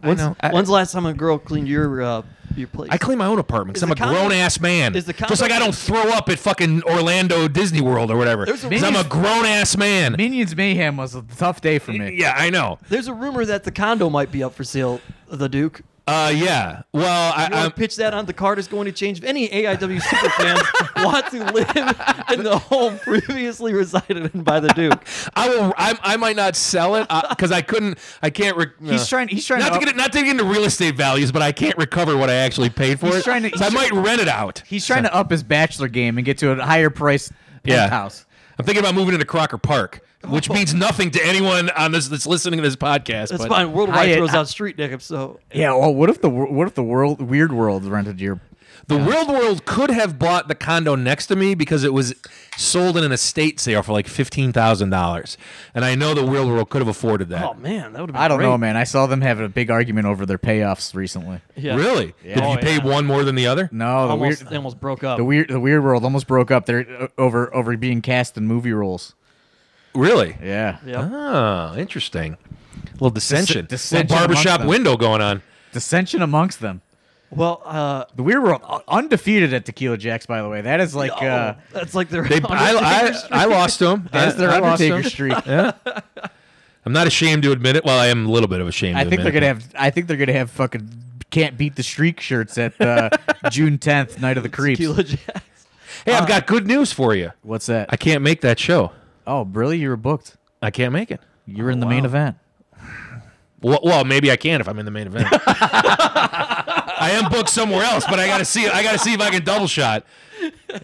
[SPEAKER 1] When's,
[SPEAKER 2] I know. I-
[SPEAKER 1] when's the last time a girl cleaned your uh, your place?
[SPEAKER 2] I clean my own apartment
[SPEAKER 1] Is
[SPEAKER 2] because I'm a
[SPEAKER 1] the condo-
[SPEAKER 2] grown ass man.
[SPEAKER 1] is the
[SPEAKER 2] Just like I
[SPEAKER 1] condo-
[SPEAKER 2] don't throw up at fucking Orlando Disney World or whatever.
[SPEAKER 1] There's a-
[SPEAKER 2] Because I'm a grown ass man.
[SPEAKER 3] Minions Mayhem was a tough day for me.
[SPEAKER 2] Yeah, I know.
[SPEAKER 1] There's a rumor that the condo might be up for sale. The Duke.
[SPEAKER 2] Uh, yeah. Well, I,
[SPEAKER 1] You
[SPEAKER 3] Um,
[SPEAKER 2] I'm,
[SPEAKER 1] want to pitch that on the card is going to change if any AIW superfans want to live in the home previously resided in by the Duke.
[SPEAKER 2] I will. I, I might not sell it because I couldn't. I can't. Re-
[SPEAKER 3] He's
[SPEAKER 2] uh,
[SPEAKER 3] trying. He's trying
[SPEAKER 2] Not to,
[SPEAKER 3] to.
[SPEAKER 2] get it, not to get into real estate values, but I can't recover what I actually paid for
[SPEAKER 3] He's
[SPEAKER 2] it.
[SPEAKER 3] trying to-
[SPEAKER 2] so I
[SPEAKER 3] he's
[SPEAKER 2] might rent it out.
[SPEAKER 3] he's trying to up his bachelor game and get to a higher price
[SPEAKER 2] yeah.
[SPEAKER 3] penthouse.
[SPEAKER 2] I'm thinking about moving into Crocker Park, which means nothing to anyone on this that's listening to this podcast.
[SPEAKER 1] That's
[SPEAKER 2] but
[SPEAKER 1] fine. Worldwide
[SPEAKER 3] I-
[SPEAKER 1] throws
[SPEAKER 3] I-
[SPEAKER 1] out street niggas, so
[SPEAKER 3] Yeah. Well, what if the wor- what if the world weird world rented your?
[SPEAKER 2] The World World could have bought the condo next to me because it was sold in an estate sale for like fifteen thousand dollars, and I know the World World could have afforded that.
[SPEAKER 1] oh man, that would have been
[SPEAKER 3] I don't
[SPEAKER 1] great.
[SPEAKER 3] know, man. I saw them having a big argument over their payoffs recently.
[SPEAKER 1] Yeah.
[SPEAKER 2] Really? Did
[SPEAKER 1] Oh,
[SPEAKER 2] you pay
[SPEAKER 1] yeah.
[SPEAKER 2] one more than the other?
[SPEAKER 3] No, the
[SPEAKER 1] Almost,
[SPEAKER 3] weird
[SPEAKER 1] they almost broke up.
[SPEAKER 3] the weird the weird world almost broke up. They're uh, over over being cast in movie roles.
[SPEAKER 2] Really?
[SPEAKER 3] Yeah.
[SPEAKER 1] yeah.
[SPEAKER 2] Oh, interesting. little dissension.
[SPEAKER 3] dissension
[SPEAKER 2] little barbershop
[SPEAKER 3] amongst them.
[SPEAKER 2] window going on.
[SPEAKER 3] Dissension amongst them.
[SPEAKER 1] Well, uh,
[SPEAKER 3] The Weird World uh, undefeated at Tequila Jacks, by the way. That is like
[SPEAKER 1] oh,
[SPEAKER 3] uh,
[SPEAKER 1] that's like their
[SPEAKER 2] They, I, I, I lost to him.
[SPEAKER 3] that's their
[SPEAKER 2] I, I lost to
[SPEAKER 3] Undertaker
[SPEAKER 2] 'em.
[SPEAKER 3] streak.
[SPEAKER 2] I'm not ashamed to admit it. Well, I am a little bit of ashamed.
[SPEAKER 3] I
[SPEAKER 2] to
[SPEAKER 3] think they're
[SPEAKER 2] admit
[SPEAKER 3] gonna
[SPEAKER 2] it.
[SPEAKER 3] have. I think they're gonna have fucking can't beat the streak shirts at uh, June tenth, night of the creeps.
[SPEAKER 1] Tequila Jacks.
[SPEAKER 2] Hey,
[SPEAKER 3] uh,
[SPEAKER 2] I've got good news for you.
[SPEAKER 3] What's that?
[SPEAKER 2] I can't make that show.
[SPEAKER 3] oh, really? You were booked.
[SPEAKER 2] I can't make it.
[SPEAKER 3] You were
[SPEAKER 1] Oh,
[SPEAKER 3] in the main event.
[SPEAKER 2] Well, well, maybe I can if I'm in the main event. I am booked somewhere else, but I gotta see. I gotta see if I can double shot.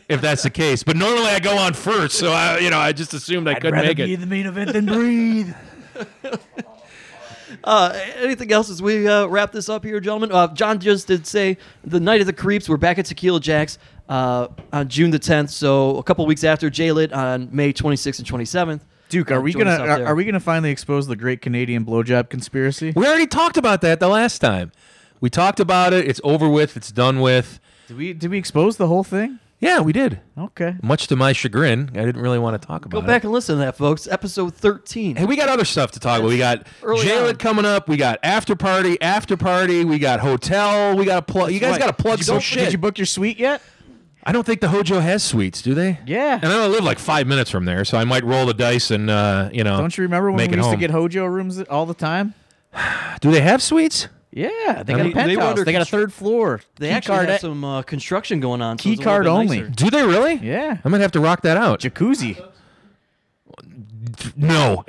[SPEAKER 2] If that's the case, but normally I go on first, so I, you know, I just assumed I couldn't make it.
[SPEAKER 3] in the main event than breathe.
[SPEAKER 1] Uh, anything else as we uh, wrap this up here, gentlemen? Uh, John just did say the night of the creeps. We're back at Tequila Jacks uh, on June the 10th, so a couple weeks after J Lit on May 26th and 27th.
[SPEAKER 3] Duke, are we
[SPEAKER 1] Join
[SPEAKER 3] gonna
[SPEAKER 1] us out
[SPEAKER 3] are,
[SPEAKER 1] there.
[SPEAKER 3] are we gonna finally expose the Great Canadian Blowjob Conspiracy?
[SPEAKER 2] We already talked about that the last time. We talked about it. It's over with. It's done with.
[SPEAKER 3] Did we did we expose the whole thing?
[SPEAKER 2] Yeah, we did.
[SPEAKER 3] Okay.
[SPEAKER 2] Much to my chagrin, I didn't really want to talk about
[SPEAKER 1] Go
[SPEAKER 2] it.
[SPEAKER 1] back and listen to that, folks. Episode 13.
[SPEAKER 2] Hey, we got other stuff to talk about. We got
[SPEAKER 1] Early on.
[SPEAKER 2] Jalen coming up. We got after party, after party. We got hotel. We got to plug. You guys
[SPEAKER 1] right.
[SPEAKER 2] got to plug
[SPEAKER 3] Did you,
[SPEAKER 2] some
[SPEAKER 3] book,
[SPEAKER 2] shit.
[SPEAKER 3] did you book your suite yet?
[SPEAKER 2] I don't think the Hojo has suites, do they?
[SPEAKER 3] Yeah.
[SPEAKER 2] And I only live like five minutes from there, so I might roll the dice and uh, you know.
[SPEAKER 3] Don't you remember when
[SPEAKER 2] make
[SPEAKER 3] we
[SPEAKER 2] it
[SPEAKER 3] used to
[SPEAKER 2] home.
[SPEAKER 3] get Hojo rooms all the time?
[SPEAKER 2] Do they have suites?
[SPEAKER 3] Yeah, they
[SPEAKER 2] I
[SPEAKER 3] got
[SPEAKER 2] mean,
[SPEAKER 3] a
[SPEAKER 2] they were
[SPEAKER 3] penthouse.
[SPEAKER 1] under
[SPEAKER 3] They, got a
[SPEAKER 1] constru-
[SPEAKER 3] third floor.
[SPEAKER 1] they
[SPEAKER 3] Key
[SPEAKER 1] actually
[SPEAKER 3] card
[SPEAKER 1] have
[SPEAKER 3] a-
[SPEAKER 1] some uh, construction going on. so
[SPEAKER 3] Key
[SPEAKER 1] it's a little
[SPEAKER 3] card
[SPEAKER 1] bit
[SPEAKER 3] only.
[SPEAKER 1] nicer.
[SPEAKER 2] Do they really?
[SPEAKER 3] Yeah.
[SPEAKER 2] I might have to rock that out.
[SPEAKER 3] jacuzzi.
[SPEAKER 2] No.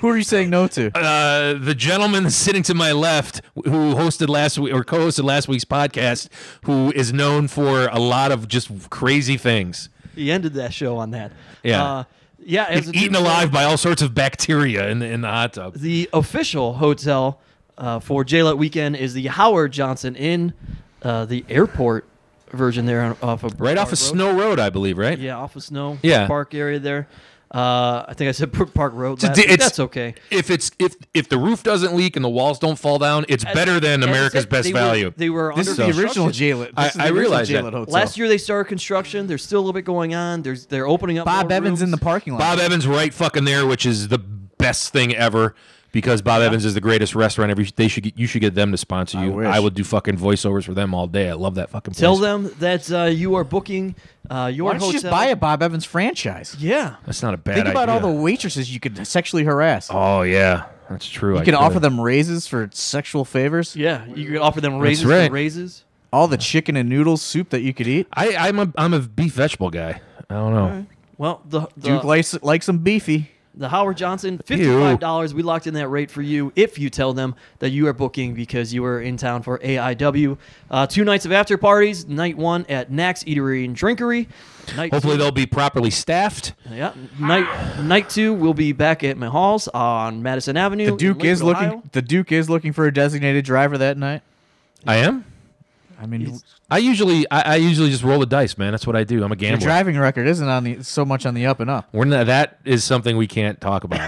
[SPEAKER 3] Who are you saying no to?
[SPEAKER 2] uh, the gentleman sitting to my left who hosted last week or co-hosted last week's podcast who is known for a lot of just crazy things
[SPEAKER 1] He ended that show on that.
[SPEAKER 2] Yeah.
[SPEAKER 1] Uh, yeah. As
[SPEAKER 2] He's
[SPEAKER 1] a
[SPEAKER 2] eaten
[SPEAKER 1] Duke
[SPEAKER 2] alive
[SPEAKER 1] said,
[SPEAKER 2] by all sorts of bacteria in the, in the hot tub
[SPEAKER 1] The official hotel uh, for J-Lit weekend is the Howard Johnson Inn, uh, the airport version there on- off of
[SPEAKER 2] right
[SPEAKER 1] Broward
[SPEAKER 2] off of
[SPEAKER 1] Road.
[SPEAKER 2] snow road i believe right
[SPEAKER 1] Yeah, off of Snow
[SPEAKER 2] Yeah.
[SPEAKER 1] Park area there. Uh, I think I said Brook Park Road.
[SPEAKER 2] It's-
[SPEAKER 1] last week.
[SPEAKER 2] it's-
[SPEAKER 1] That's okay.
[SPEAKER 2] if it's if if the roof doesn't leak and the walls don't fall down it's better than
[SPEAKER 1] As I
[SPEAKER 2] america's
[SPEAKER 1] said,
[SPEAKER 2] best
[SPEAKER 1] they were-
[SPEAKER 2] value
[SPEAKER 1] they were
[SPEAKER 3] This
[SPEAKER 1] under
[SPEAKER 3] is the original
[SPEAKER 1] construction.
[SPEAKER 3] Jalen.
[SPEAKER 2] I-
[SPEAKER 3] This is the
[SPEAKER 2] I
[SPEAKER 3] original
[SPEAKER 2] realize that.
[SPEAKER 3] Jalen hotel.
[SPEAKER 1] Last year they started construction. There's still a little bit going on. There's they're opening up.
[SPEAKER 3] Bob
[SPEAKER 1] more
[SPEAKER 3] Evans in
[SPEAKER 1] rooms.
[SPEAKER 3] the parking lot.
[SPEAKER 2] bob evans right fucking there which is the best thing ever because Bob Evans is the greatest restaurant ever. They should get, you should get them to sponsor you.
[SPEAKER 3] wish.
[SPEAKER 2] I, would do fucking voiceovers for them all day. I love that fucking.
[SPEAKER 1] Tell
[SPEAKER 2] place.
[SPEAKER 1] them that uh, you are booking uh, your
[SPEAKER 3] Why don't
[SPEAKER 1] hotel.
[SPEAKER 3] you just buy a Bob Evans franchise?
[SPEAKER 1] Yeah.
[SPEAKER 2] That's not a bad
[SPEAKER 3] Think about all
[SPEAKER 2] idea.
[SPEAKER 3] the waitresses you could sexually harass.
[SPEAKER 2] Oh yeah, that's true.
[SPEAKER 3] you can offer them raises for sexual favors.
[SPEAKER 1] Yeah, you could offer them raises
[SPEAKER 2] right.
[SPEAKER 1] for raises.
[SPEAKER 3] All the chicken and noodles soup that you could eat.
[SPEAKER 2] I, I'm a I'm a beef vegetable guy. I don't know.
[SPEAKER 1] Well, the, the
[SPEAKER 3] Duke likes, likes them beefy.
[SPEAKER 1] The Howard Johnson, fifty-five dollars. We locked in that rate for you if you tell them that you are booking because you are in town for AIW. Uh, two nights of after parties. Night one at Nax Eatery and Drinkery. Night
[SPEAKER 2] Hopefully,
[SPEAKER 1] two,
[SPEAKER 2] they'll be properly staffed.
[SPEAKER 1] yeah. Night night two, we'll be back at Mahal's on Madison Avenue.
[SPEAKER 3] The
[SPEAKER 1] in
[SPEAKER 3] Duke
[SPEAKER 1] Lincoln,
[SPEAKER 3] is looking.
[SPEAKER 1] Ohio.
[SPEAKER 3] The Duke is looking for a designated driver that night.
[SPEAKER 2] I am.
[SPEAKER 3] I mean,
[SPEAKER 2] I usually, I, I usually just roll the dice, man. That's what I do. I'm a
[SPEAKER 3] your
[SPEAKER 2] gambler.
[SPEAKER 3] driving record isn't on the so much on the up and up.
[SPEAKER 2] We're not, that is something we can't talk about.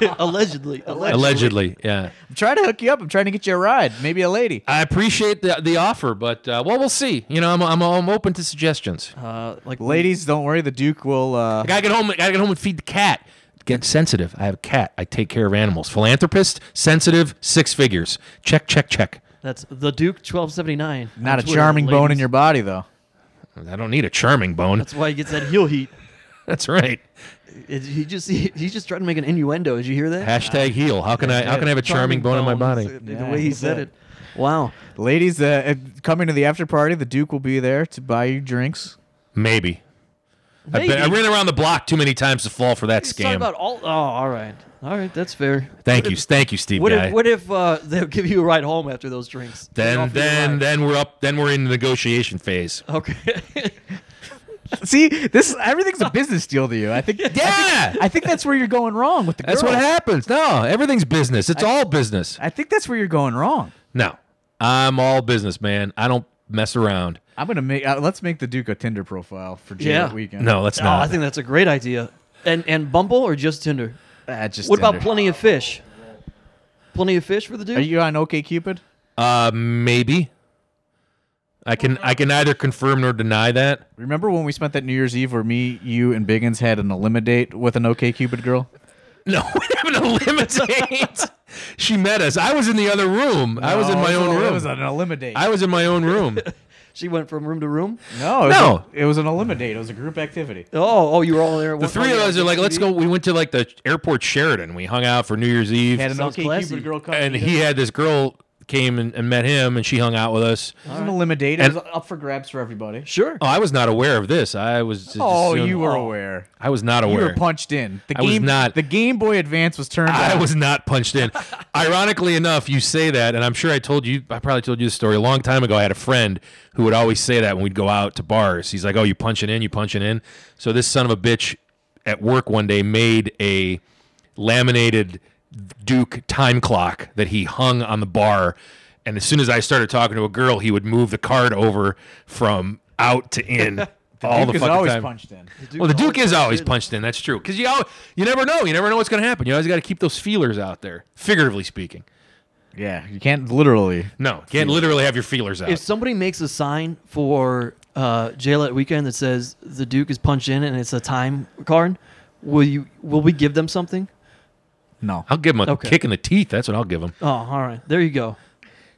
[SPEAKER 1] allegedly. Allegedly.
[SPEAKER 2] Allegedly, yeah.
[SPEAKER 3] I'm trying to hook you up. I'm trying to get you a ride, maybe a lady.
[SPEAKER 2] I appreciate the the offer, but uh, well, we'll see. You know, I'm I'm, I'm open to suggestions.
[SPEAKER 1] Uh, like
[SPEAKER 3] Ladies, don't worry. The Duke will. Uh,
[SPEAKER 2] I gotta get home. I gotta get home and feed the cat. Get sensitive. I have a cat. I take care of animals. Philanthropist, sensitive, six figures. Check, check, check.
[SPEAKER 1] That's the Duke twelve seventy nine.
[SPEAKER 3] not a charming bone in your body, though.
[SPEAKER 2] I don't need a charming bone.
[SPEAKER 1] That's why he gets that heel heat.
[SPEAKER 2] That's right.
[SPEAKER 1] It- he just he, he's just trying to make an innuendo. Did you hear that?
[SPEAKER 2] Hashtag heel. How can I? How can I have a charming bone uh, in my body?
[SPEAKER 1] The
[SPEAKER 3] Yeah,
[SPEAKER 1] way he
[SPEAKER 3] that's
[SPEAKER 1] said
[SPEAKER 3] it.
[SPEAKER 1] it. Wow.
[SPEAKER 3] Ladies, uh, if- coming to the after party, the Duke will be there to buy you drinks.
[SPEAKER 2] Maybe. I've been, I
[SPEAKER 1] Maybe.
[SPEAKER 2] ran around the block too many times to fall for that
[SPEAKER 1] He's talking
[SPEAKER 2] scam.
[SPEAKER 1] about all. Oh, all right, all right. That's fair.
[SPEAKER 2] Thank you, thank you, Steve
[SPEAKER 1] What
[SPEAKER 2] guy.
[SPEAKER 1] if what if uh, they'll give you a ride home after those drinks? They
[SPEAKER 2] then
[SPEAKER 1] offer you a
[SPEAKER 2] then
[SPEAKER 1] ride.
[SPEAKER 2] then we're up. Then we're in the negotiation phase.
[SPEAKER 1] Okay.
[SPEAKER 3] See, this everything's a business deal to you. I think.
[SPEAKER 2] Yeah,
[SPEAKER 3] I think that's where you're going wrong with the.
[SPEAKER 2] that's what
[SPEAKER 3] girls.
[SPEAKER 2] happens. No, everything's business. It's all business.
[SPEAKER 3] I think that's where you're going wrong.
[SPEAKER 2] No, I'm all business, man. I don't mess around.
[SPEAKER 3] I'm gonna make. Uh, let's make the Duke a Tinder profile for Janet
[SPEAKER 1] Yeah.
[SPEAKER 3] Weekend.
[SPEAKER 2] No, that's
[SPEAKER 1] oh,
[SPEAKER 2] not.
[SPEAKER 1] I think that's a great idea. And and Bumble or just Tinder?
[SPEAKER 3] Ah, just
[SPEAKER 1] What about
[SPEAKER 3] Tinder.
[SPEAKER 1] Plenty of Fish? Plenty of Fish for the dude.
[SPEAKER 3] Are you on OK Cupid?
[SPEAKER 2] uh, maybe. I can I can neither confirm nor deny that.
[SPEAKER 3] Remember when we spent that New Year's Eve where me, you, and Biggins had an eliminate with an OK Cupid girl?
[SPEAKER 2] No, we haven't eliminate. she met us. I was in the other room. I was in my own
[SPEAKER 3] It
[SPEAKER 2] room.
[SPEAKER 3] was an eliminate.
[SPEAKER 2] I was in my own room.
[SPEAKER 1] she went from room to room.
[SPEAKER 3] no, it was
[SPEAKER 2] No.
[SPEAKER 3] a- it was an eliminate. It was a group activity.
[SPEAKER 1] Oh, oh, you were all there.
[SPEAKER 2] The three of us are like, let's go. We went to like the airport Sheridan. We hung out for New Year's Eve.
[SPEAKER 3] Had an
[SPEAKER 1] Sounds
[SPEAKER 3] OK
[SPEAKER 1] classy.
[SPEAKER 3] Cupid girl come.
[SPEAKER 2] and he had this girl came and, and met him and she hung out with us
[SPEAKER 3] it was an eliminate. It
[SPEAKER 2] And-
[SPEAKER 3] was up for grabs for everybody.
[SPEAKER 1] Sure.
[SPEAKER 2] oh i was not aware of this i was just
[SPEAKER 3] Oh,
[SPEAKER 2] assumed-
[SPEAKER 3] you were aware.
[SPEAKER 2] i was not aware
[SPEAKER 3] You were punched in. The
[SPEAKER 2] I was
[SPEAKER 3] game,
[SPEAKER 2] not.
[SPEAKER 3] The Game Boy Advance was turned.
[SPEAKER 2] i
[SPEAKER 3] on.
[SPEAKER 2] was not punched in ironically enough you say that and i'm sure i told you i probably told you this story a long time ago i had a friend who would always say that when we'd go out to bars he's like oh you punching in you punching in so this son of a bitch at work one day made a laminated Duke time clock that he hung on the bar. And as soon as I started talking to a girl, he would move the card over from out to in all the
[SPEAKER 3] Duke is
[SPEAKER 2] fucking
[SPEAKER 3] always
[SPEAKER 2] time.
[SPEAKER 3] punched in.
[SPEAKER 2] well, the Duke is always punched in. That's true. Because you, al- you never know. You never know what's going to happen. You always got to keep those feelers out there, figuratively speaking.
[SPEAKER 3] Yeah, you can't literally.
[SPEAKER 2] No, can't literally have your feelers out.
[SPEAKER 1] If somebody makes a sign for uh, jail at weekend that says the Duke is punched in and it's a time card, will you? Will we give them something?
[SPEAKER 3] No.
[SPEAKER 2] I'll give him a
[SPEAKER 1] Okay.
[SPEAKER 2] kick in the teeth. That's what I'll give him.
[SPEAKER 1] Oh, all right. There you go.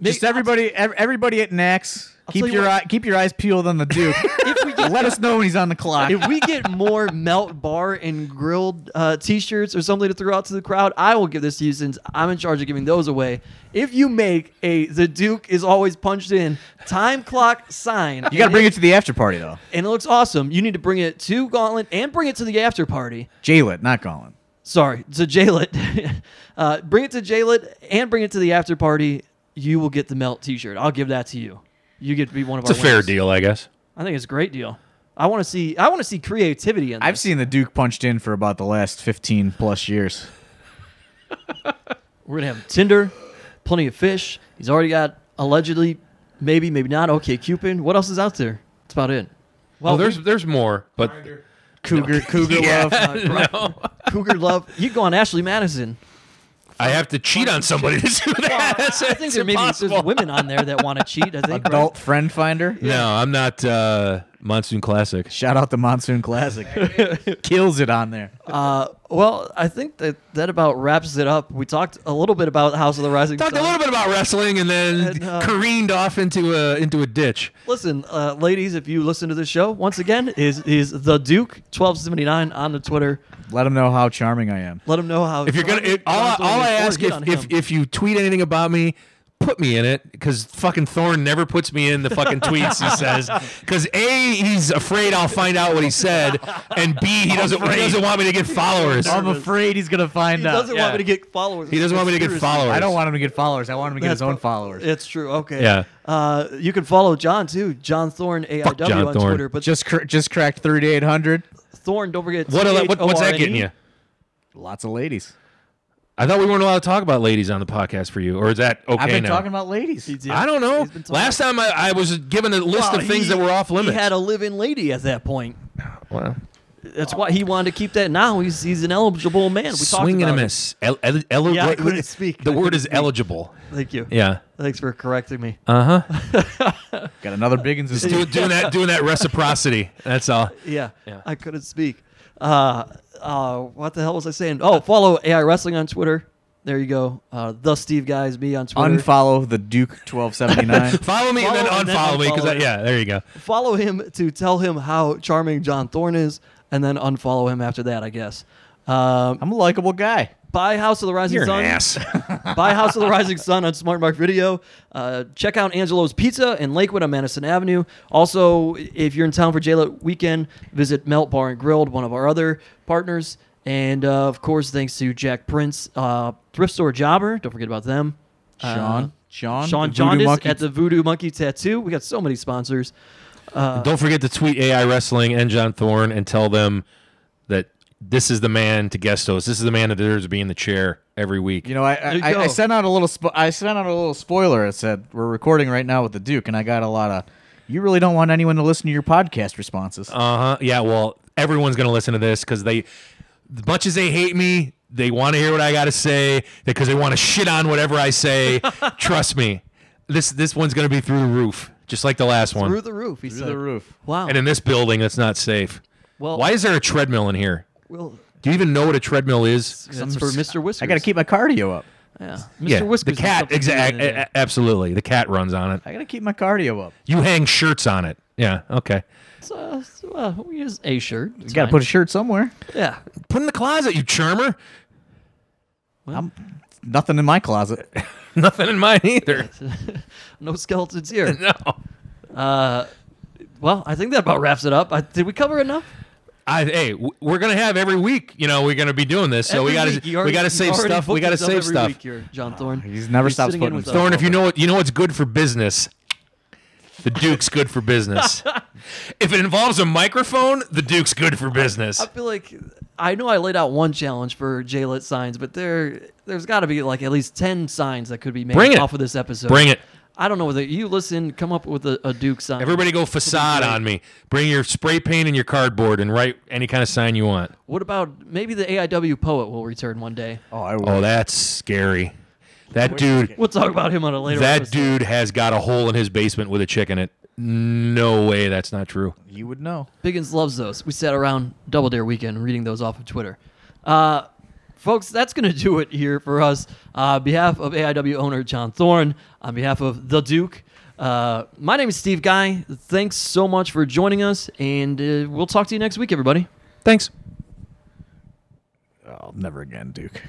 [SPEAKER 3] Just everybody, ev- everybody at Nax.
[SPEAKER 1] tell
[SPEAKER 3] Keep
[SPEAKER 1] you
[SPEAKER 3] your
[SPEAKER 1] what-
[SPEAKER 3] eye, keep your eyes peeled on the Duke.
[SPEAKER 1] If we get
[SPEAKER 3] Let us know when he's on the clock.
[SPEAKER 1] if we get more melt bar and grilled uh, t-shirts or something to throw out to the crowd, I will give this to you since I'm in charge of giving those away. If you make a the Duke is always punched in time clock sign,
[SPEAKER 3] You got to bring it to the after party though.
[SPEAKER 1] and it looks awesome. You need to bring it to Gauntlet and bring it to the after party.
[SPEAKER 3] Jaylit, not Colin.
[SPEAKER 1] sorry, to Jaylit. uh, bring it to Jaylit and bring it to the after party. You will get the melt T-shirt. I'll give that to you. You get to be one of
[SPEAKER 2] It's a
[SPEAKER 1] our.
[SPEAKER 2] fair
[SPEAKER 1] winners.
[SPEAKER 2] deal, I guess.
[SPEAKER 1] I think it's a great deal. I want to see. I want to see creativity in.
[SPEAKER 3] I've
[SPEAKER 1] this.
[SPEAKER 3] seen the Duke punched in for about the last fifteen plus years.
[SPEAKER 1] We're gonna have Tinder, plenty of fish. He's already got allegedly, maybe, maybe not. Okay, Cupid. What else is out there? That's about it.
[SPEAKER 2] Well, Oh, there's there's more, but
[SPEAKER 3] Cougar, cougar love. uh,
[SPEAKER 1] Cougar love. You go on Ashley Madison.
[SPEAKER 2] I have to cheat on somebody to do that. That's,
[SPEAKER 1] I think there maybe there's women on there that want to cheat. I think.
[SPEAKER 3] Adult friend finder.
[SPEAKER 2] No, I'm not uh, Monsoon Classic.
[SPEAKER 3] Shout out the Monsoon Classic. Kills it on there.
[SPEAKER 1] right? Uh, well, I think that that about wraps it up. We talked a little bit about House of the Rising
[SPEAKER 2] Talked
[SPEAKER 1] Sun.
[SPEAKER 2] a little bit about wrestling and then
[SPEAKER 1] And, uh,
[SPEAKER 2] careened off into a into a ditch.
[SPEAKER 1] Listen, uh, ladies, if you listen to this show, once again, is is the Duke twelve seventy nine on the Twitter.
[SPEAKER 3] Let him know how charming I am.
[SPEAKER 1] Let him know how.
[SPEAKER 2] If you're gonna,
[SPEAKER 1] Jonathan-
[SPEAKER 2] it, all, I-
[SPEAKER 1] Jonathan
[SPEAKER 2] all I
[SPEAKER 1] is- or
[SPEAKER 2] ask
[SPEAKER 1] hit
[SPEAKER 2] if,
[SPEAKER 1] on
[SPEAKER 2] if
[SPEAKER 1] him.
[SPEAKER 2] if you tweet anything about me, put me in it because fucking Thorne never puts me in the fucking tweets he says because a he's afraid I'll find out what he said and b he doesn't he doesn't want me to get followers.
[SPEAKER 3] I'm afraid he's gonna find
[SPEAKER 1] He
[SPEAKER 3] out.
[SPEAKER 1] doesn't
[SPEAKER 2] yeah.
[SPEAKER 1] want me to get followers.
[SPEAKER 2] He doesn't want me to get
[SPEAKER 1] Conspiracy.
[SPEAKER 2] followers.
[SPEAKER 3] I don't want him to get followers. I want him to get his
[SPEAKER 1] That's
[SPEAKER 3] own
[SPEAKER 1] pro-
[SPEAKER 3] followers.
[SPEAKER 1] It's true. Okay.
[SPEAKER 2] Yeah.
[SPEAKER 1] Uh, you can follow John too, John Thorne AIW
[SPEAKER 2] John
[SPEAKER 1] on
[SPEAKER 2] Thorne.
[SPEAKER 1] Twitter. But
[SPEAKER 3] just cr- just cracked 3800.
[SPEAKER 1] Thorne, don't forget.
[SPEAKER 2] What, what what's that getting
[SPEAKER 1] T H O R N E.
[SPEAKER 2] you?
[SPEAKER 3] Lots of ladies.
[SPEAKER 2] I thought we weren't allowed to talk about ladies on the podcast for you, or is that okay
[SPEAKER 3] I've been
[SPEAKER 2] now?
[SPEAKER 3] talking about ladies.
[SPEAKER 1] He's-
[SPEAKER 2] I don't know.
[SPEAKER 1] E He's been talking-
[SPEAKER 2] Last time I, I was given a list
[SPEAKER 1] Well,
[SPEAKER 2] of things
[SPEAKER 1] Oh, he-
[SPEAKER 2] that were off limits.
[SPEAKER 1] He had a living lady at that point.
[SPEAKER 2] Well,
[SPEAKER 1] That's why he wanted to keep that. Now he's he's an eligible man. We
[SPEAKER 2] swing
[SPEAKER 1] talked
[SPEAKER 2] and
[SPEAKER 1] about
[SPEAKER 2] a
[SPEAKER 1] it.
[SPEAKER 2] miss. El- el- el-
[SPEAKER 1] Yeah, I
[SPEAKER 2] what- what-
[SPEAKER 1] couldn't speak.
[SPEAKER 2] The
[SPEAKER 1] I
[SPEAKER 2] word
[SPEAKER 1] couldn't
[SPEAKER 2] is eligible.
[SPEAKER 1] Thank you.
[SPEAKER 2] Yeah.
[SPEAKER 1] Thanks for correcting me.
[SPEAKER 2] Uh huh.
[SPEAKER 3] Got another Biggins.
[SPEAKER 2] Just do, doing that, doing that reciprocity. That's all.
[SPEAKER 1] Yeah,
[SPEAKER 2] Yeah.
[SPEAKER 1] I couldn't speak. Uh, uh, what the hell was I saying? Oh, follow AI Wrestling on Twitter. There you go. Uh, the Steve Guys, me on Twitter.
[SPEAKER 3] Unfollow the Duke 1279.
[SPEAKER 2] Follow me and
[SPEAKER 1] Follow
[SPEAKER 2] then
[SPEAKER 1] and then
[SPEAKER 2] unfollow me because
[SPEAKER 1] unfollow.
[SPEAKER 2] yeah, there you go.
[SPEAKER 1] follow him to tell him how charming John Thorne is, and then unfollow him after that, I guess. Um,
[SPEAKER 3] I'm a likable guy.
[SPEAKER 1] buy House of the Rising
[SPEAKER 2] You're an
[SPEAKER 1] Sun.
[SPEAKER 2] ass.
[SPEAKER 1] buy House of the Rising Sun on Smart Mark Video. Uh, check out Angelo's Pizza in Lakewood on Madison Avenue. Also, if you're in town for JLo weekend, visit Melt Bar and Grilled, one of our other partners. And uh, of course, thanks to Jack Prince, uh, Thrift Store Jobber. Don't forget about them. Uh,
[SPEAKER 3] Sean. Sean.
[SPEAKER 1] Sean
[SPEAKER 3] the Voodoo
[SPEAKER 1] Jaundis
[SPEAKER 3] Monkey.
[SPEAKER 1] at the Voodoo Monkey Tattoo. We got so many sponsors.
[SPEAKER 2] Don't forget to tweet AI Wrestling and John Thorne and tell them that this is the man to guest host. This is the man that deserves to be in the chair every week.
[SPEAKER 3] You know, I
[SPEAKER 1] you
[SPEAKER 3] I, I,
[SPEAKER 1] go.
[SPEAKER 3] I sent out a little spo- I sent out a little spoiler. It said we're recording right now with the Duke, and I got a lot of. You really don't want anyone to listen to your podcast responses.
[SPEAKER 2] Uh huh. Yeah. Well, everyone's gonna listen to this because they, as much as they hate me, they want to hear what I gotta say because they want to shit on whatever I say. Trust me, this this one's gonna be through the roof, just like the last one.
[SPEAKER 1] Through the roof, he
[SPEAKER 3] Through
[SPEAKER 1] said.
[SPEAKER 3] the roof.
[SPEAKER 1] Wow.
[SPEAKER 2] and in this building, that's not safe.
[SPEAKER 1] Well-
[SPEAKER 2] why is there a treadmill in here?
[SPEAKER 1] Well,
[SPEAKER 2] Do you even know what a treadmill is?
[SPEAKER 1] that's for Mr. Whiskers.
[SPEAKER 3] I got to keep my cardio up.
[SPEAKER 1] yeah. Mr.
[SPEAKER 2] Yeah,
[SPEAKER 1] Whiskers.
[SPEAKER 2] the
[SPEAKER 1] is
[SPEAKER 2] cat.
[SPEAKER 1] something
[SPEAKER 2] Exactly.
[SPEAKER 1] doing it.
[SPEAKER 2] Absolutely, the cat runs on it.
[SPEAKER 3] I got to keep my cardio up.
[SPEAKER 2] You hang shirts on it. Yeah. Okay.
[SPEAKER 1] It's, uh, it's, uh, we use a shirt.
[SPEAKER 3] You got to put a shirt somewhere.
[SPEAKER 1] Yeah.
[SPEAKER 2] Put it in the closet, you charmer.
[SPEAKER 3] I'm nothing in my closet.
[SPEAKER 2] Nothing in mine either.
[SPEAKER 1] no skeletons here.
[SPEAKER 2] No.
[SPEAKER 1] Uh, well, I think that about wraps it up. I, did we cover enough?
[SPEAKER 2] I, hey, w- we're gonna have every week. You know, we're gonna be doing this, so
[SPEAKER 1] Every
[SPEAKER 2] we gotta
[SPEAKER 1] week, you
[SPEAKER 2] we
[SPEAKER 1] already-
[SPEAKER 2] gotta
[SPEAKER 1] you
[SPEAKER 2] save
[SPEAKER 1] already
[SPEAKER 2] stuff. We
[SPEAKER 1] booked
[SPEAKER 2] gotta
[SPEAKER 1] us up
[SPEAKER 2] save
[SPEAKER 1] every
[SPEAKER 2] stuff.
[SPEAKER 1] week here, John Thorne.
[SPEAKER 3] He's never stops
[SPEAKER 1] sitting in
[SPEAKER 3] putting
[SPEAKER 1] with us.
[SPEAKER 2] Thorne, if you know what you know what's good for business, the Duke's good for business. if it involves a microphone, the Duke's good for business.
[SPEAKER 1] I feel like I know I laid out one challenge for J-Lit signs, but there there's got to be like at least ten signs that could be made
[SPEAKER 2] Bring it.
[SPEAKER 1] off of this episode.
[SPEAKER 2] Bring it.
[SPEAKER 1] I don't know whether you listen, come up with a, a Duke sign.
[SPEAKER 2] Everybody go facade on me. Bring your spray paint and your cardboard and write any kind of sign you want.
[SPEAKER 1] What about maybe the AIW poet will return one day?
[SPEAKER 3] Oh, I will.
[SPEAKER 2] Oh, that's scary. That dude
[SPEAKER 1] We'll talk about him on a later.
[SPEAKER 2] that
[SPEAKER 1] episode.
[SPEAKER 2] dude has got a hole in his basement with a chick in it. No way that's not true.
[SPEAKER 3] you would know.
[SPEAKER 1] Biggins loves those. We sat around Double Dare weekend reading those off of Twitter. Uh, folks, that's going to do it here for us. Uh, on behalf of AIW owner John Thorne, on behalf of The Duke, uh, my name is Steve Guy. Thanks so much for joining us, and uh, we'll talk to you next week, everybody.
[SPEAKER 2] Thanks.
[SPEAKER 3] Oh, never again, Duke.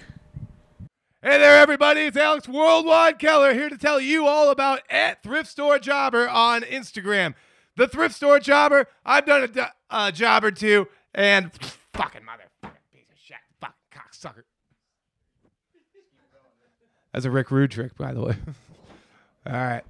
[SPEAKER 4] Hey there, everybody. It's Alex Worldwide Keller here to tell you all about at Thrift Store Jobber on Instagram. The Thrift Store Jobber, I've done a do- a job or two, and fucking motherfucking piece of shit, fucking cocksucker. That's a Rick Rude trick, by the way. all right.